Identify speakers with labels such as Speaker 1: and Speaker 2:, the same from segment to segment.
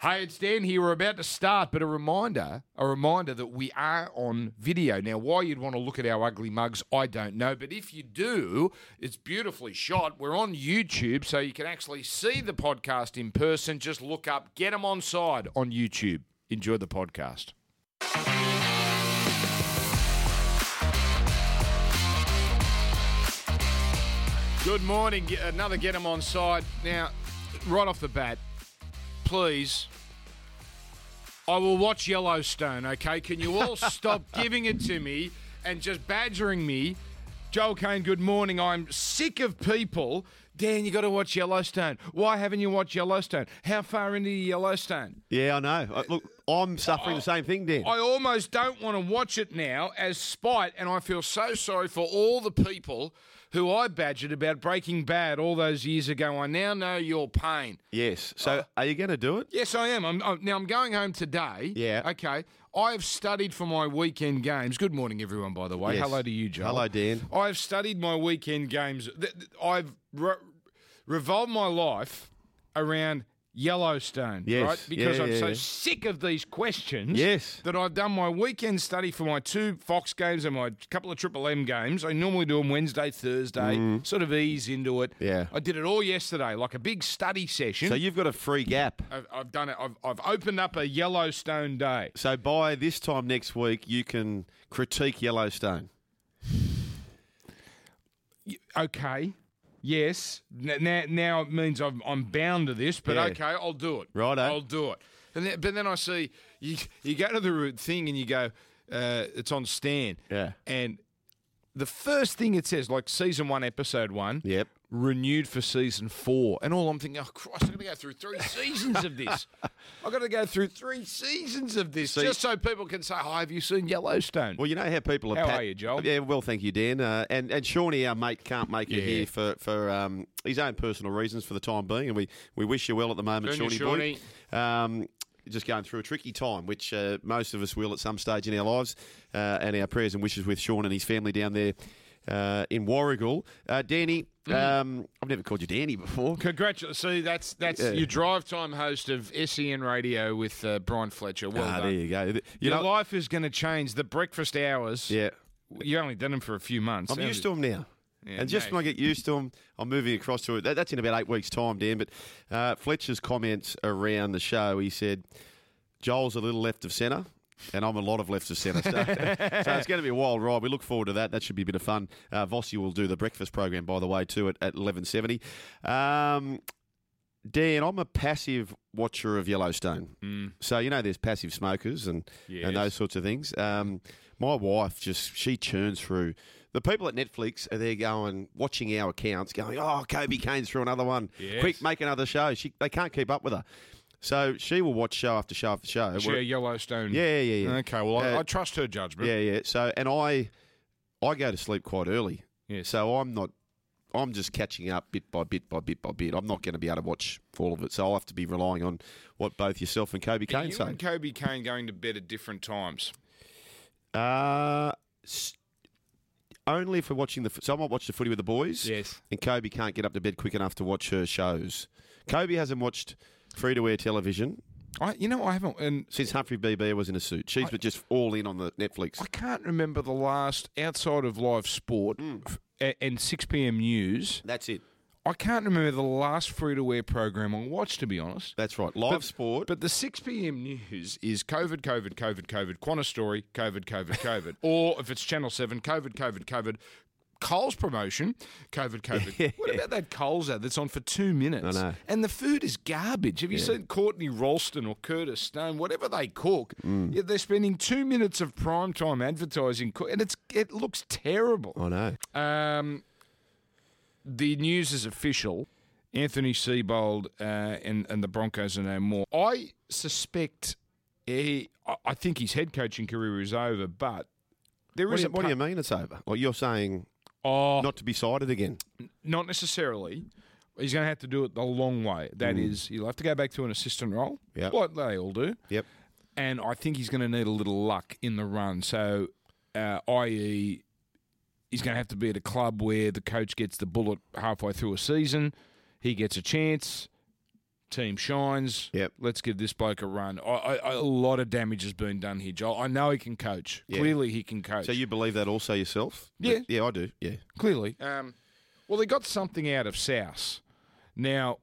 Speaker 1: Hey, it's Dan here. We're about to start, but a reminder, a reminder that we are on video. Now, why you'd want to look at our ugly mugs, I don't know, but if you do, it's beautifully shot. We're on YouTube, so you can actually see the podcast in person. Just look up, get them on side on YouTube. Enjoy the podcast. Good morning. Get- Another get them on side. Now, right off the bat, please. I will watch Yellowstone, okay? Can you all stop giving it to me and just badgering me? Joel Kane, good morning. I'm sick of people. Dan, you got to watch Yellowstone. Why haven't you watched Yellowstone? How far into Yellowstone?
Speaker 2: Yeah, I know. I- Look, I'm suffering the same thing, Dan.
Speaker 1: I almost don't want to watch it now as spite, and I feel so sorry for all the people who I badgered about Breaking Bad all those years ago. I now know your pain.
Speaker 2: Yes. So,
Speaker 1: Uh,
Speaker 2: are you going to do it?
Speaker 1: Yes, I am. I'm, i now I'm going home today.
Speaker 2: Yeah.
Speaker 1: Okay. I have studied for my weekend games. Good morning, everyone. By the way,
Speaker 2: Yes.
Speaker 1: hello to you, Joel.
Speaker 2: Hello, Dan.
Speaker 1: I have studied my weekend games. Th- th- I've re- revolved my life around Yellowstone.
Speaker 2: Yes.
Speaker 1: Right. Because
Speaker 2: Yeah,
Speaker 1: I'm
Speaker 2: yeah,
Speaker 1: so
Speaker 2: yeah.
Speaker 1: sick of these questions.
Speaker 2: Yes.
Speaker 1: That I've done my weekend study for my two Fox games and my couple of Triple M games. I normally do them Wednesday, Thursday. Sort of ease into it.
Speaker 2: Mm. Yeah.
Speaker 1: I did it all yesterday, like a big study session.
Speaker 2: So, you've got a free gap.
Speaker 1: I've, I've done it. I've, I've opened up a Yellowstone day.
Speaker 2: So, by this time next week, you can critique Yellowstone.
Speaker 1: Okay. Yes. N- now, now it means I'm, I'm bound to this, but
Speaker 2: Yeah.
Speaker 1: okay, I'll do it.
Speaker 2: Righto.
Speaker 1: I'll do it. And then, but then I see you, you go to the root thing and you go, uh, it's on Stan.
Speaker 2: Yeah.
Speaker 1: And the first thing it says, like season one, episode one.
Speaker 2: Yep.
Speaker 1: Renewed for season four, and all I'm thinking, oh Christ, I'm going to go through three seasons of this. I've got to go through three seasons of this
Speaker 2: See-
Speaker 1: just so people can say, "Hi, have you seen Yellowstone?"
Speaker 2: Well, you know how people are.
Speaker 1: How are you, Joel?
Speaker 2: Yeah, well, thank you, Dan. Uh, and and Shawnee, our mate, can't make
Speaker 1: Yeah.
Speaker 2: it here for for um, his own personal reasons for the time being, and we, we wish you well at the moment,
Speaker 1: Doing
Speaker 2: Shawnee,
Speaker 1: you,
Speaker 2: boy. Um, just going through a tricky time, which uh, most of us will at some stage in our lives, uh, and our prayers and wishes with Sean and his family down there uh, in Warrigal. Uh, Danny,
Speaker 1: Mm-hmm.
Speaker 2: um, I've never called you Danny before.
Speaker 1: Congratulations. See, that's that's
Speaker 2: Yeah.
Speaker 1: your drive time host of SEN Radio with uh, Brian Fletcher. Well
Speaker 2: ah,
Speaker 1: done.
Speaker 2: there you go. You
Speaker 1: Your
Speaker 2: know,
Speaker 1: life is going to change. The breakfast hours.
Speaker 2: yeah.
Speaker 1: You only done them for a few months.
Speaker 2: I'm used to them now.
Speaker 1: Yeah,
Speaker 2: and just
Speaker 1: mate.
Speaker 2: when I get used to them, I'm moving across to it. That, that's in about eight weeks' time, Dan. But uh, Fletcher's comments around the show, he said, Joel's a little left of centre, and I'm a lot of left of centre. So, so it's going to be a wild ride. We look forward to that. That should be a bit of fun. Uh, Vossi will do the breakfast program, by the way, too, at, at 11.70. Um, Dan, I'm a passive watcher of Yellowstone. Mm. So, you know, there's passive smokers and,
Speaker 1: Yes.
Speaker 2: and those sorts of things. Um, my wife just, she churns through. The people at Netflix are there going, watching our accounts, going, oh, Kobe Kane's through another one.
Speaker 1: Yes.
Speaker 2: Quick, make another show. She, they can't keep up with her. So she will watch show after show after show.
Speaker 1: Share Yellowstone.
Speaker 2: Yeah, yeah, yeah. yeah.
Speaker 1: Okay. Well, I,
Speaker 2: Uh,
Speaker 1: I trust her judgment.
Speaker 2: Yeah, yeah. So, and I, I go to sleep quite early.
Speaker 1: Yes.
Speaker 2: So I'm not. I'm just catching up bit by bit by bit by bit. I'm not going to be able to watch all of it, so I'll have to be relying on what both yourself and Kobe
Speaker 1: Are
Speaker 2: Kane
Speaker 1: you
Speaker 2: say.
Speaker 1: and Kobe Kane going to bed at different times?
Speaker 2: Uh, s- only if we're watching the. f- So I might watch the footy with the boys.
Speaker 1: Yes.
Speaker 2: And Kobe can't get up to bed quick enough to watch her shows. Kobe hasn't watched free to air television
Speaker 1: I, you know, I haven't. And
Speaker 2: since Humphrey BB was in a suit. She's been just all in on the Netflix.
Speaker 1: I can't remember the last outside of live sport
Speaker 2: Mm.
Speaker 1: f- a- and 6 p.m. news.
Speaker 2: That's it.
Speaker 1: I can't remember the last free to wear program I watched. To be honest.
Speaker 2: That's right. Live sport.
Speaker 1: But the 6 p.m. news is COVID, COVID, COVID, COVID, Qantas story, COVID, COVID, COVID. or if it's Channel 7, COVID, COVID, COVID, Coles promotion, COVID, COVID. What about that Coles ad that's on for two minutes?
Speaker 2: I know.
Speaker 1: And the food is garbage. Have you seen Courtney Ralston or Curtis Stone, whatever they cook?
Speaker 2: Mm.
Speaker 1: Yeah, they're spending two minutes of prime time advertising, co- and it's it looks terrible.
Speaker 2: I know.
Speaker 1: Um, the news is official. Anthony Seabold uh, and, and the Broncos are no more. I suspect he, I- I think his head coaching career is over, but there
Speaker 2: What, do
Speaker 1: is
Speaker 2: you,
Speaker 1: a
Speaker 2: what do
Speaker 1: pa-
Speaker 2: you mean it's over? Well, you're saying
Speaker 1: Oh,
Speaker 2: not to be cited again.
Speaker 1: not necessarily. He's going to have to do it the long way. That is, he'll have to go back to an assistant role,
Speaker 2: Mm. Yep.
Speaker 1: like they all do.
Speaker 2: Yep.
Speaker 1: and I think he's going to need a little luck in the run. So, uh, i.e., he's going to have to be at a club where the coach gets the bullet halfway through a season. He gets a chance. team shines.
Speaker 2: Yep.
Speaker 1: Let's give this bloke a run. I, I, I- a lot of damage has been done here, Joel. I know he can coach.
Speaker 2: Yeah.
Speaker 1: Clearly, he can coach.
Speaker 2: So you believe that also yourself?
Speaker 1: Yeah.
Speaker 2: Yeah, I do. Yeah.
Speaker 1: Clearly. Um, well, they got something out of Souse. Now,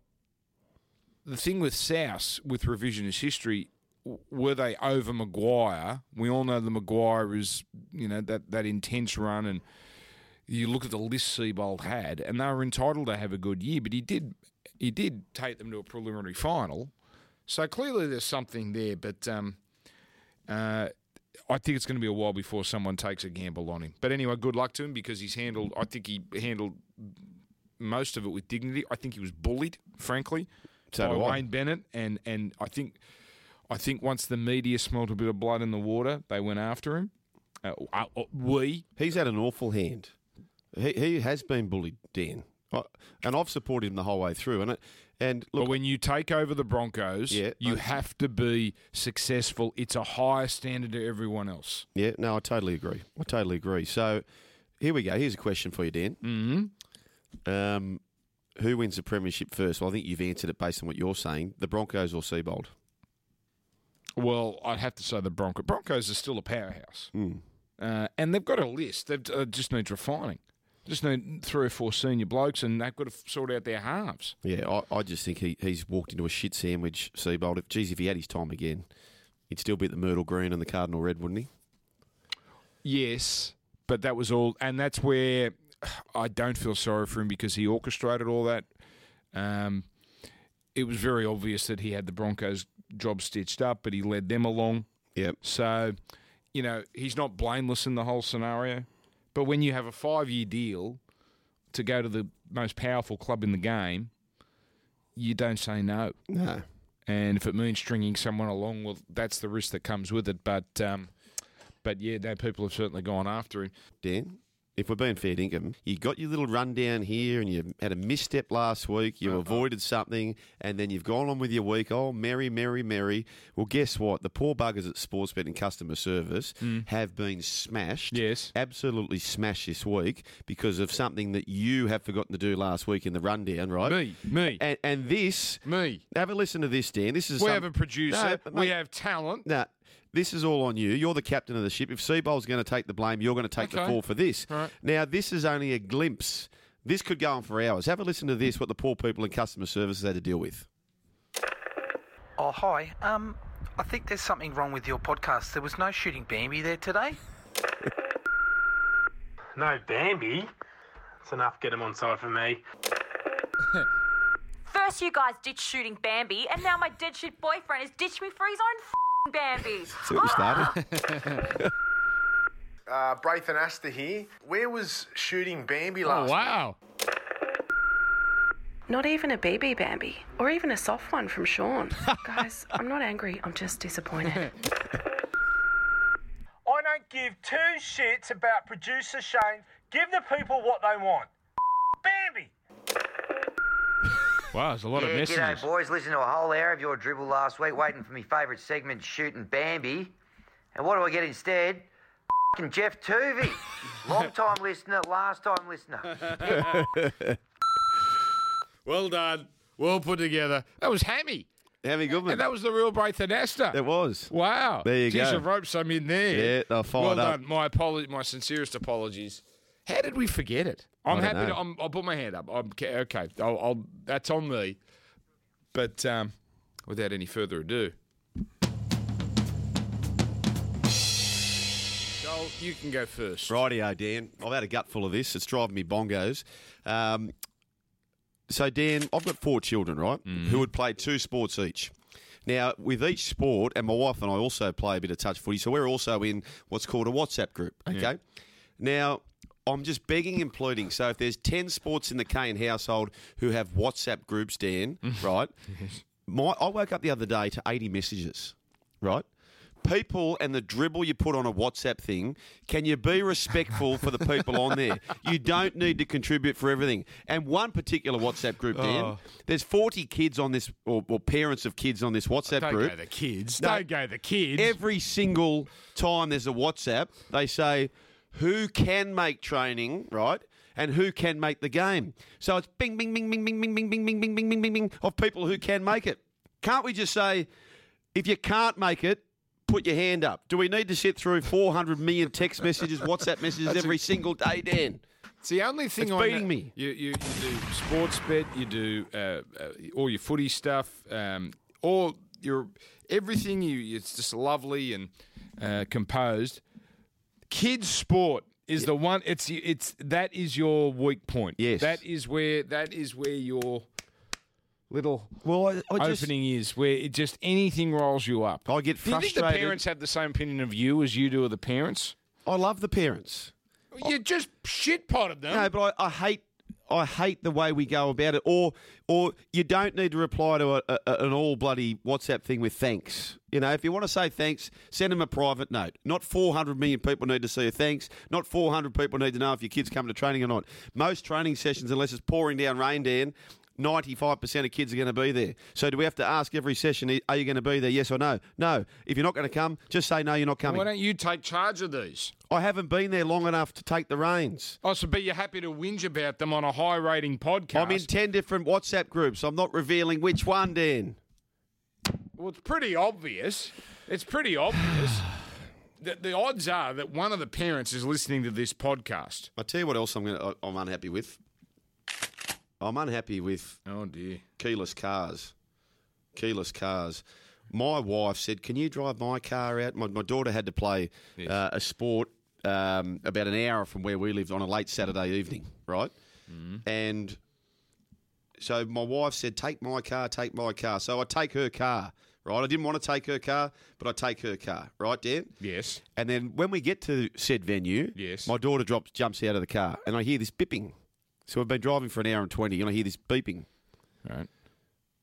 Speaker 1: the thing with Souse, with revisionist history, w- were they over Maguire? We all know the Maguire is, you know, that, that intense run. And you look at the list Seabold had, and they were entitled to have a good year, but he did, he did take them to a preliminary final. So clearly there's something there, but um, uh, I think it's going to be a while before someone takes a gamble on him. But anyway, good luck to him because he's handled. I think he handled most of it with dignity. I think he was bullied, frankly,
Speaker 2: So
Speaker 1: by
Speaker 2: do I.
Speaker 1: Wayne Bennett, and and I think, I think once the media smelt a bit of blood in the water, they went after him. Uh, uh, uh, we
Speaker 2: He's had an awful hand. He, he has been bullied, Dan. I, and I've supported him the whole way through. And it, and look,
Speaker 1: But when you take over the Broncos,
Speaker 2: Yeah,
Speaker 1: you
Speaker 2: I-
Speaker 1: have to be successful. It's a higher standard to everyone else.
Speaker 2: yeah, no, I totally agree. I totally agree. So here we go. Here's a question for you, Dan.
Speaker 1: Mm-hmm.
Speaker 2: Um, who wins the premiership first? Well, I think you've answered it based on what you're saying. The Broncos or Seabold?
Speaker 1: Well, I'd have to say the Broncos. Broncos are still a powerhouse,
Speaker 2: Mm.
Speaker 1: uh, and they've got a list. They've uh, just needs refining. Just need three or four senior blokes, and they've got to sort out their halves.
Speaker 2: Yeah, I, I just think he, he's walked into a shit sandwich, Seabold. If, geez, if he had his time again, he'd still be at the Myrtle Green and the Cardinal Red, wouldn't he?
Speaker 1: Yes, but that was all, and that's where I don't feel sorry for him because he orchestrated all that. Um, it was very obvious that he had the Broncos job stitched up, but he led them along.
Speaker 2: Yep.
Speaker 1: So, you know, he's not blameless in the whole scenario. But when you have a five year deal to go to the most powerful club in the game, you don't say no.
Speaker 2: No.
Speaker 1: And if it means stringing someone along, well, that's the risk that comes with it. But, um, but yeah, no, people have certainly gone after him.
Speaker 2: Dan, if we're being fair dinkum, you got your little rundown here and you had a misstep last week,
Speaker 1: Uh-huh.
Speaker 2: you avoided something, and then you've gone on with your week. Oh, merry, merry, merry. Well, guess what? The poor buggers at Sportsbet and Customer Service have been smashed.
Speaker 1: Hmm. Yes.
Speaker 2: Absolutely smashed this week because of something that you have forgotten to do last week in the rundown, right?
Speaker 1: Me, me,
Speaker 2: And, and this,
Speaker 1: me.
Speaker 2: have a listen to this, Dan. This is
Speaker 1: We
Speaker 2: some-
Speaker 1: have a producer.
Speaker 2: No,
Speaker 1: we
Speaker 2: mate.
Speaker 1: have talent.
Speaker 2: Nah, this is all on you. You're the captain of the ship. If Seabold's going to take the blame, you're going to take the
Speaker 1: Okay.
Speaker 2: fall for this.
Speaker 1: Right.
Speaker 2: Now, this is only a glimpse. This could go on for hours. Have a listen to this, what the poor people in customer services had to deal with.
Speaker 3: Oh, hi. Um, I think there's something wrong with your podcast. There was no shooting Bambi there today.
Speaker 4: No Bambi. It's enough. Get him on side for me.
Speaker 5: First, you guys ditched shooting Bambi, and now my dead shit boyfriend has ditched me for his own f Bambi.
Speaker 2: See what we started?
Speaker 6: Uh, Braithen Astor here. Where was shooting Bambi
Speaker 1: Oh,
Speaker 2: Oh,
Speaker 6: last night?
Speaker 1: wow.
Speaker 7: Not even a BB Bambi, or even a soft one from Sean. Guys, I'm not angry, I'm just disappointed.
Speaker 8: I don't give two shits about producer Shane. Give the people what they want. Bambi.
Speaker 1: Wow, there's a lot of
Speaker 9: Yeah, g'day,
Speaker 1: messages.
Speaker 9: boys. Listen to a whole hour of your dribble last week, waiting for my favourite segment, shooting Bambi. And what do I get instead? F***ing Jeff Tuvey. Long time listener, last time listener.
Speaker 1: Well done. Well put together. That was hammy.
Speaker 2: Have a good one.
Speaker 1: And that was the real Braithen Astor.
Speaker 2: It was.
Speaker 1: Wow.
Speaker 2: There you
Speaker 1: Geez,
Speaker 2: go.
Speaker 1: I've roped some in there.
Speaker 2: Yeah, they're fired
Speaker 1: Well
Speaker 2: up.
Speaker 1: done. My apology, my sincerest apologies. How did we forget it? I'm
Speaker 2: I don't
Speaker 1: happy. To,
Speaker 2: know.
Speaker 1: I'm, I'll put my hand up. I'm, ca- okay, I'll, I'll, that's on me. But um, without any further ado, Joel, you can go first.
Speaker 2: Rightio, Dan. I've had a gutful of this. It's driving me bongos. Um, so, Dan, I've got four children, right, who had played two sports each. Now, with each sport, and my wife and I also play a bit of touch footy, so we're also in what's called a WhatsApp group, okay? Now, I'm just begging and pleading. So, if there's 10 sports in the Kane household who have WhatsApp groups, Dan, right, my, I woke up the other day to 80 messages, right? People and the dribble you put on a WhatsApp thing, can you be respectful for the people on there? You don't need to contribute for everything. And one particular WhatsApp group, Dan,
Speaker 1: Oh.
Speaker 2: there's 40 kids on this, or, or parents of kids on this WhatsApp
Speaker 1: Oh, Don't
Speaker 2: group.
Speaker 1: go the kids.
Speaker 2: No.
Speaker 1: Don't go the kids.
Speaker 2: Every single time there's a WhatsApp, they say who can make training, right? And who can make the game. So it's bing, bing, bing, bing, bing, bing, bing, bing, bing, bing, bing, bing, bing, bing of people who can make it. Can't we just say, if you can't make it, put your hand up? Do we need to sit through 400 million text messages, WhatsApp messages every single day, Dan?
Speaker 10: It's the only thing
Speaker 2: It's
Speaker 10: I
Speaker 2: beating
Speaker 10: know-
Speaker 2: me.
Speaker 1: You, you, you do sports bet, you do uh, uh, all your footy stuff, um, all your everything. You it's just lovely and uh, composed. Kids sport is the one. It's it's that is your weak point.
Speaker 2: Yes.
Speaker 1: that is where that is where your little
Speaker 2: Well, I,
Speaker 1: opening is, where it just anything rolls you up.
Speaker 2: I get
Speaker 1: Do you think the
Speaker 2: frustrated.
Speaker 1: parents have the same opinion of you as you do of the parents?
Speaker 2: I love the parents.
Speaker 10: You just shit potted them.
Speaker 2: No, but I, I hate. I hate the way we go about it, or or you don't need to reply to a, a, an all bloody WhatsApp thing with thanks. You know, if you want to say thanks, send them a private note. Not 400 million people need to see a thanks. Not 400 people need to know if your kids come to training or not. Most training sessions, unless it's pouring down rain, Dan, 95% of kids are going to be there. So do we have to ask every session, are you going to be there? Yes or no? No. If you're not going to come, just say no. You're not
Speaker 10: Why
Speaker 2: coming.
Speaker 10: don't you take charge of these?
Speaker 2: I haven't been there long enough to take the reins.
Speaker 10: Oh, so be you happy to whinge about them on a high rating podcast?
Speaker 2: I'm in 10 different WhatsApp groups. I'm not revealing which one, Dan.
Speaker 10: well, it's pretty obvious. It's pretty obvious. the, the odds are that one of the parents is listening to this podcast.
Speaker 2: I'll tell you what else I'm, gonna, I- I'm unhappy with. I'm unhappy with
Speaker 10: Oh dear.
Speaker 2: keyless cars. Keyless cars. My wife said, Can you drive my car out? My, my daughter had to play uh, a sport um, about an hour from where we lived on a late Saturday evening, right? And so my wife said, Take my car, take my car. So I take her car, right? I didn't want to take her car, but I take her car, right, Dan?
Speaker 10: Yes.
Speaker 2: And then when we get to said venue,
Speaker 10: Yes.
Speaker 2: my daughter drops, jumps out of the car, and I hear this bipping. So I've been driving for an hour and twenty, and I hear this beeping.
Speaker 1: Right.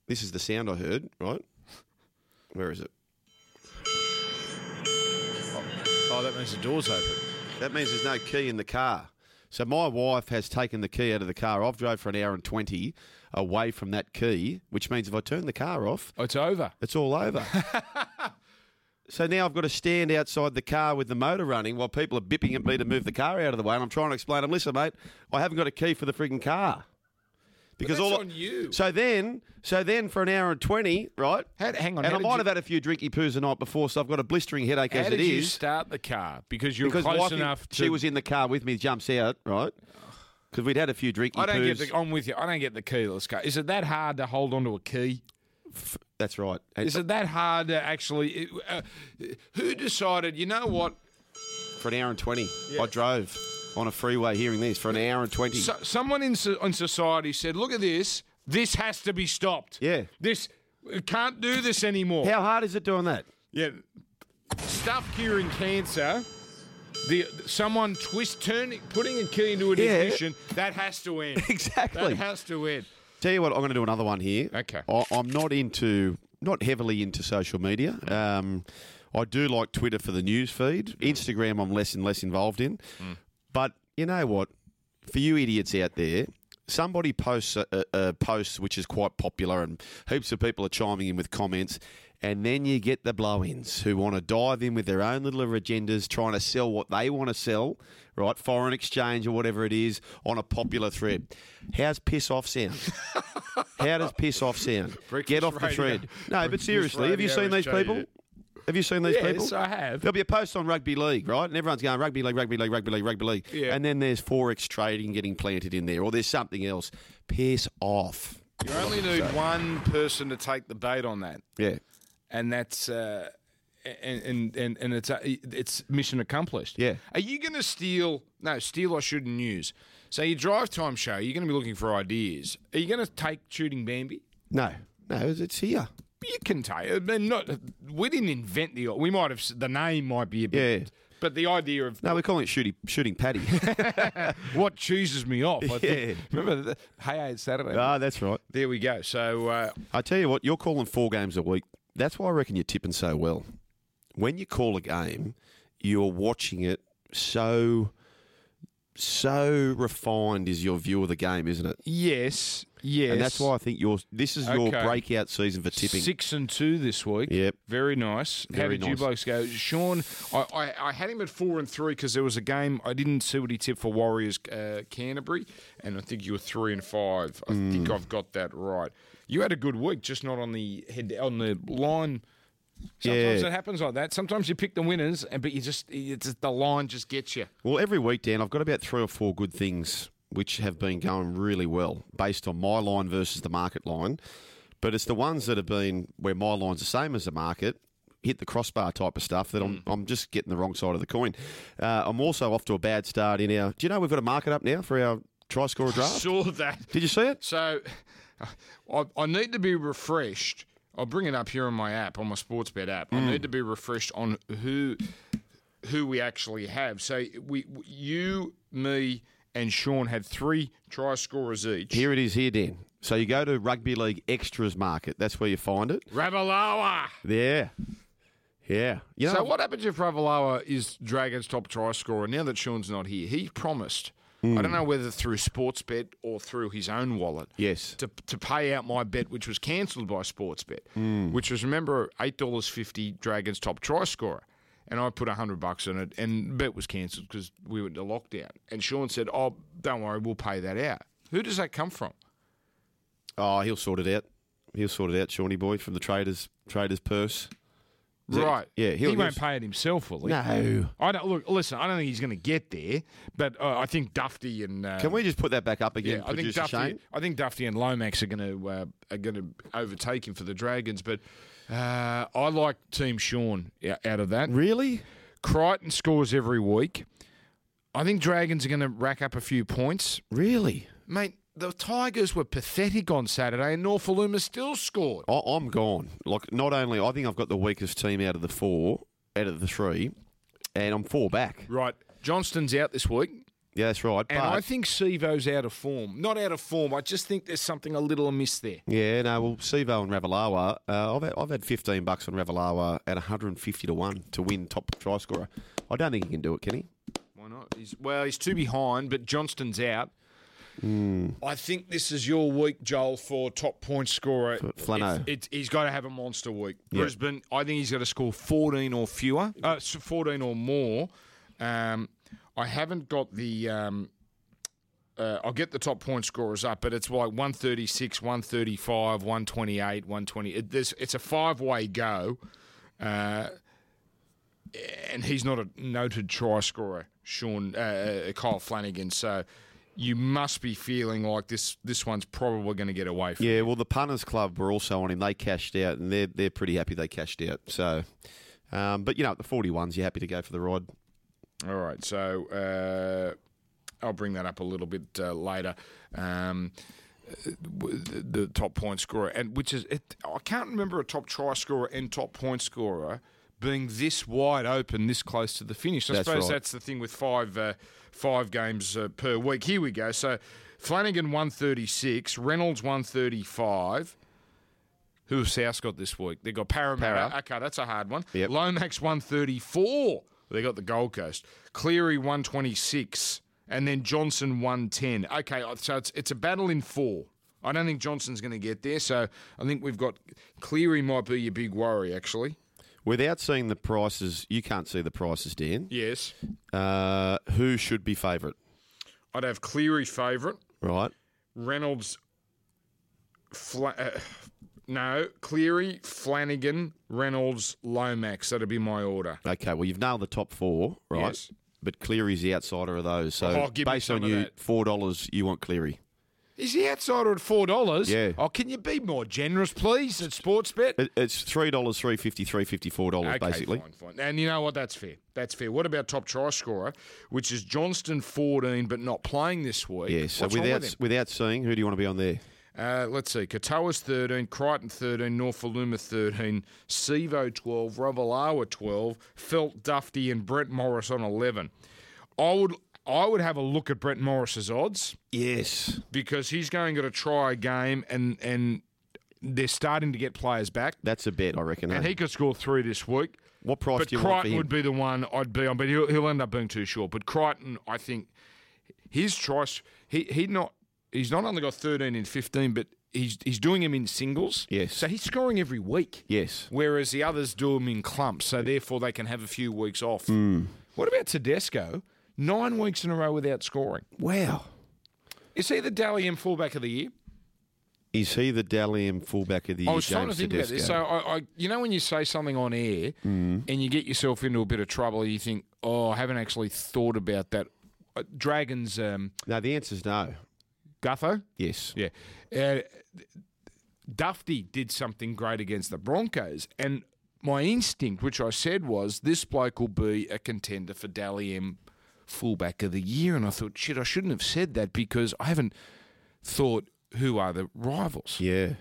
Speaker 2: This is the sound I heard. Right? Where is it?
Speaker 10: Oh, that means the door's open.
Speaker 2: That means there's no key in the car. So my wife has taken the key out of the car. I've drove for an hour and twenty away from that key, which means if I turn the car off,
Speaker 1: Oh, it's over.
Speaker 2: it's all over. so now I've got to stand outside the car with the motor running while people are bipping at me to move the car out of the way. And I'm trying to explain to them, listen, mate, I haven't got a key for the frigging car. Because
Speaker 1: that's
Speaker 2: all
Speaker 1: on you.
Speaker 2: So then, so then for an hour and 20, right?
Speaker 1: How- hang on,
Speaker 2: And
Speaker 1: how did
Speaker 2: I might
Speaker 1: you-
Speaker 2: have had a few drinky poos the night before, so I've got a blistering headache
Speaker 1: How
Speaker 2: as
Speaker 1: did
Speaker 2: it is.
Speaker 1: you start the car? Because you're
Speaker 2: because
Speaker 1: close
Speaker 2: wifey-
Speaker 1: enough. To,
Speaker 2: she was in the car with me, jumps out, right? Because we'd had a few drinky
Speaker 1: I don't
Speaker 2: poos.
Speaker 1: get the. I'm with you. I don't get the keyless car. Is it that hard to hold onto a key?
Speaker 2: That's right.
Speaker 1: Is it that hard to actually? Uh, who decided? You know what?
Speaker 2: for an hour and 20, I drove on a freeway hearing this for an hour and 20.
Speaker 1: So,
Speaker 10: someone in, so- in society said, "Look at this. This has to be stopped.
Speaker 2: Yeah.
Speaker 10: this we can't do this anymore."
Speaker 2: How hard is it doing that?
Speaker 10: Yeah, stuff curing cancer. The someone twist turning, putting a key into an
Speaker 2: Yeah.
Speaker 10: ignition. That has to end.
Speaker 2: Exactly.
Speaker 10: That has to end.
Speaker 2: Tell you what, I'm going to do another one here.
Speaker 1: Okay.
Speaker 2: I, I'm not into, not heavily into social media. Um, I do like Twitter for the news feed. Instagram, I'm less and less involved in. But you know what? For you idiots out there, somebody posts a, a, a post which is quite popular, and heaps of people are chiming in with comments. And then you get the blow ins who want to dive in with their own little agendas, trying to sell what they want to sell, right? Foreign exchange or whatever it is on a popular thread. How's piss off sound? How does piss off sound? Get off the
Speaker 10: radio.
Speaker 2: thread. No, but
Speaker 10: Breakfast
Speaker 2: seriously, have you
Speaker 10: radio
Speaker 2: seen
Speaker 10: has
Speaker 2: these
Speaker 10: changed
Speaker 2: people?
Speaker 10: it.
Speaker 2: Have you seen these
Speaker 1: Yes,
Speaker 2: people?
Speaker 1: I have.
Speaker 2: There'll be a post on rugby league, right? And everyone's going rugby league, rugby league, rugby league, rugby league.
Speaker 10: Yeah.
Speaker 2: And then there's forex trading getting planted in there, or there's something else. Piss off.
Speaker 1: you only need one person to take the bait on that,
Speaker 2: Yeah.
Speaker 1: and that's. Uh, and, and and and it's uh, it's mission accomplished.
Speaker 2: Yeah.
Speaker 1: Are you going to steal? No, steal I shouldn't use. So your drive time show, you're going to be looking for ideas. Are you going to take shooting Bambi?
Speaker 2: No, no, it's- it's here.
Speaker 1: You can take. I mean, not we didn't invent the. We might have s- the name might be a bit,
Speaker 2: Yeah.
Speaker 1: but the idea of
Speaker 2: No, we're calling it shooting, shooting Paddy.
Speaker 1: what cheeses me off. I think,
Speaker 2: Yeah.
Speaker 1: remember, the, hey, hey, it's Saturday.
Speaker 2: ah, that's right.
Speaker 1: there we go. So uh,
Speaker 2: I tell you what, you're calling four games a week. That's why I reckon you're tipping so well. When you call a game, you're watching it so so refined is your view of the game, isn't it?
Speaker 1: yes, yes,
Speaker 2: And that's why I think your this is your
Speaker 1: Okay.
Speaker 2: breakout season for tipping.
Speaker 1: six and two this week.
Speaker 2: Yep.
Speaker 1: very nice. How
Speaker 2: Very
Speaker 1: did you
Speaker 2: nice.
Speaker 1: blokes go, Sean? I, I, I had him at four and three because there was a game I didn't see what he tipped for
Speaker 2: Mm.
Speaker 1: Warriors uh, Canterbury, and I think you were three and five. I think I've got that right. you had a good week, just not on the head on the line. Sometimes
Speaker 2: Yeah.
Speaker 1: it happens like that. Sometimes you pick the winners, and but you just it's just the line just gets you.
Speaker 2: Well, every week, Dan, I've got about three or four good things which have been going really well based on my line versus the market line. But it's the ones that have been where my line's the same as the market, hit the crossbar type of stuff that
Speaker 1: Mm.
Speaker 2: I'm, I'm just getting the wrong side of the coin. Uh, I'm also off to a bad start in our. Do you know we've got a market up now for our try scorer draft?
Speaker 1: Saw that.
Speaker 2: Did you see it?
Speaker 1: So I, I need to be refreshed. I'll bring it up here on my app, on my sports bet app.
Speaker 2: Hmm.
Speaker 1: I need to be refreshed on who who we actually have. So we, you, me, and Sean had three try scorers each.
Speaker 2: Here it is, here, Dan. So you go to Rugby League Extras Market. That's where you find it.
Speaker 10: Rabalawa.
Speaker 2: There. Yeah. You know,
Speaker 1: so what happens if Ravaloa is Dragons' top try scorer now that Sean's not here? He promised.
Speaker 2: Hmm.
Speaker 1: I don't know whether through Sportsbet or through his own wallet.
Speaker 2: Yes.
Speaker 1: To, to pay out my bet, which was cancelled by Sportsbet,
Speaker 2: Hmm.
Speaker 1: which was remember eight dollars fifty Dragons top try scorer, and I put hundred bucks on it, and bet was cancelled because we went to lockdown. And Sean said, "Oh, don't worry, we'll pay that out." Who does that come from?
Speaker 2: Oh, he'll sort it out. He'll sort it out, Shawnee boy, from the traders traders purse. Is that-
Speaker 1: right?
Speaker 2: Yeah, he'll,
Speaker 1: he
Speaker 2: he'll-
Speaker 1: won't pay it himself, will he?
Speaker 2: No.
Speaker 1: I don't look. Listen, I don't think he's going to get there, but uh, I think Dufty and uh,
Speaker 2: Can we just put that back up again,
Speaker 1: Yeah, I think
Speaker 2: producer
Speaker 1: Dufty.
Speaker 2: Shane?
Speaker 1: I think Dufty and Lomax are going to uh, are going to overtake him for the Dragons, but uh, I like Team Sean o- out of that.
Speaker 2: Really?
Speaker 1: Crichton scores every week. I think Dragons are going to rack up a few points,
Speaker 2: Really?
Speaker 1: mate. The Tigers were pathetic on Saturday, and Norfoluma still scored.
Speaker 2: I, I'm gone. Like, not only I think I've got the weakest team out of the four, out of the three, and I'm four back.
Speaker 1: Right, Johnston's out this week.
Speaker 2: Yeah, that's right.
Speaker 1: And
Speaker 2: but,
Speaker 1: I think Sevo's out of form. Not out of form. I just think there's something a little amiss there.
Speaker 2: yeah, no. Well, Sivo and Ravalawa. Uh, I've had, I've had 15 bucks on Ravalawa at 150 to one to win top try scorer. I don't think he can do it, can he?
Speaker 1: Why not? He's, well, he's two behind, but Johnston's out. I think this is your week, Joel, for top point scorer.
Speaker 2: Flano.
Speaker 1: It's- it's- he's got to have a monster week. Brisbane, I think he's got to score 14 or fewer, uh, s- 14 or more. Um, I haven't got the. Um, uh, I'll get the top point scorers up, but it's like 136, 135, 128, 120. It, there's, it's a five way go. Uh, and he's not a noted try scorer, Sean uh, Kyle Flanagan. So you must be feeling like this this one's probably going to get away from.
Speaker 2: Yeah, well, the punters club were also on him. They cashed out, and they're they're pretty happy they cashed out. So, um, but you know, at the forty ones, you're happy to go for the ride.
Speaker 1: All right, so uh, I'll bring that up a little bit uh, later. Um, uh, w- the, the top point scorer, and which is it, I can't remember a top try scorer and top point scorer being this wide open, this close to the finish. I
Speaker 2: That's
Speaker 1: suppose
Speaker 2: right.
Speaker 1: that's the thing with five uh, five games uh, per week. Here we go. So Flanagan one thirty six, Reynolds one thirty five. Who have South got this week? They've got Parramatta.
Speaker 2: Parra.
Speaker 1: Okay, that's a hard one.
Speaker 2: Yep.
Speaker 1: Lomax 134. They got the Gold Coast. Cleary 126. And then Johnson 110. Okay, uh, so it's, it's a battle in four. I don't think Johnson's going to get there. So I think we've got Cleary might be your big worry, actually.
Speaker 2: Without seeing the prices, you can't see the prices, Dan.
Speaker 1: Yes.
Speaker 2: Uh, who should be favourite?
Speaker 1: I'd have Cleary favourite.
Speaker 2: Right,
Speaker 1: Reynolds. Fla- uh, no, Cleary, Flanagan, Reynolds, Lomax. That'd be my order.
Speaker 2: okay. Well, you've nailed the top four, right?
Speaker 1: Yes.
Speaker 2: But Cleary's the outsider of those. So,
Speaker 1: Oh, give me
Speaker 2: based
Speaker 1: some
Speaker 2: on
Speaker 1: of
Speaker 2: you,
Speaker 1: that.
Speaker 2: four dollars, you want Cleary.
Speaker 1: Is the outsider at four dollars?
Speaker 2: Yeah.
Speaker 1: Oh, can you be more generous, please, at Sportsbet?
Speaker 2: It, it's three dollars, three fifty, three fifty, four dollars,
Speaker 1: Okay,
Speaker 2: basically.
Speaker 1: fine, fine. And you know what? That's fair. That's fair. What about top try scorer, which is Johnston fourteen, but not playing this week?
Speaker 2: Yeah. So
Speaker 1: What's wrong
Speaker 2: without
Speaker 1: with him?
Speaker 2: without seeing, who do you want to be on there?
Speaker 1: Uh, let's see. Katoa's 13, Crichton 13, Norfoluma 13, Sevo 12, Rovalawa 12, Felt Dufty and Brett Morris on 11. I would I would have a look at Brett Morris's odds
Speaker 2: Yes.
Speaker 1: because he's going to try a game and and they're starting to get players back.
Speaker 2: That's a bet, I reckon.
Speaker 1: And
Speaker 2: eh?
Speaker 1: he could score three this week.
Speaker 2: what price
Speaker 1: But
Speaker 2: do you want for
Speaker 1: Crichton
Speaker 2: him?
Speaker 1: would be the one I'd be on, but he'll, he'll end up being too short. But Crichton, I think his choice, he he not he's not only got thirteen and fifteen, but he's he's doing him in singles.
Speaker 2: Yes.
Speaker 1: so he's scoring every week.
Speaker 2: yes.
Speaker 1: Whereas the others do them in clumps, so therefore they can have a few weeks off.
Speaker 2: Mm.
Speaker 1: What about Tedesco? Nine weeks in a row without scoring.
Speaker 2: Wow.
Speaker 1: Is he the Dally M fullback of the year?
Speaker 2: Is he the Dalian fullback of the year?
Speaker 1: I was trying to
Speaker 2: James
Speaker 1: think about this. So,
Speaker 2: Tedesco?
Speaker 1: I, I, you know, when you say something on air and you get yourself into a bit of trouble, you think, "Oh, I haven't actually thought about that." Uh, Dragons, um,
Speaker 2: no, the answer's no.
Speaker 1: Gutho,
Speaker 2: Yes.
Speaker 1: yeah, uh, Dufty did something great against the Broncos, and my instinct, which I said, was this bloke will be a contender for Dally M fullback of the year, and I thought, shit, I shouldn't have said that because I haven't thought who are the rivals.
Speaker 2: Yeah.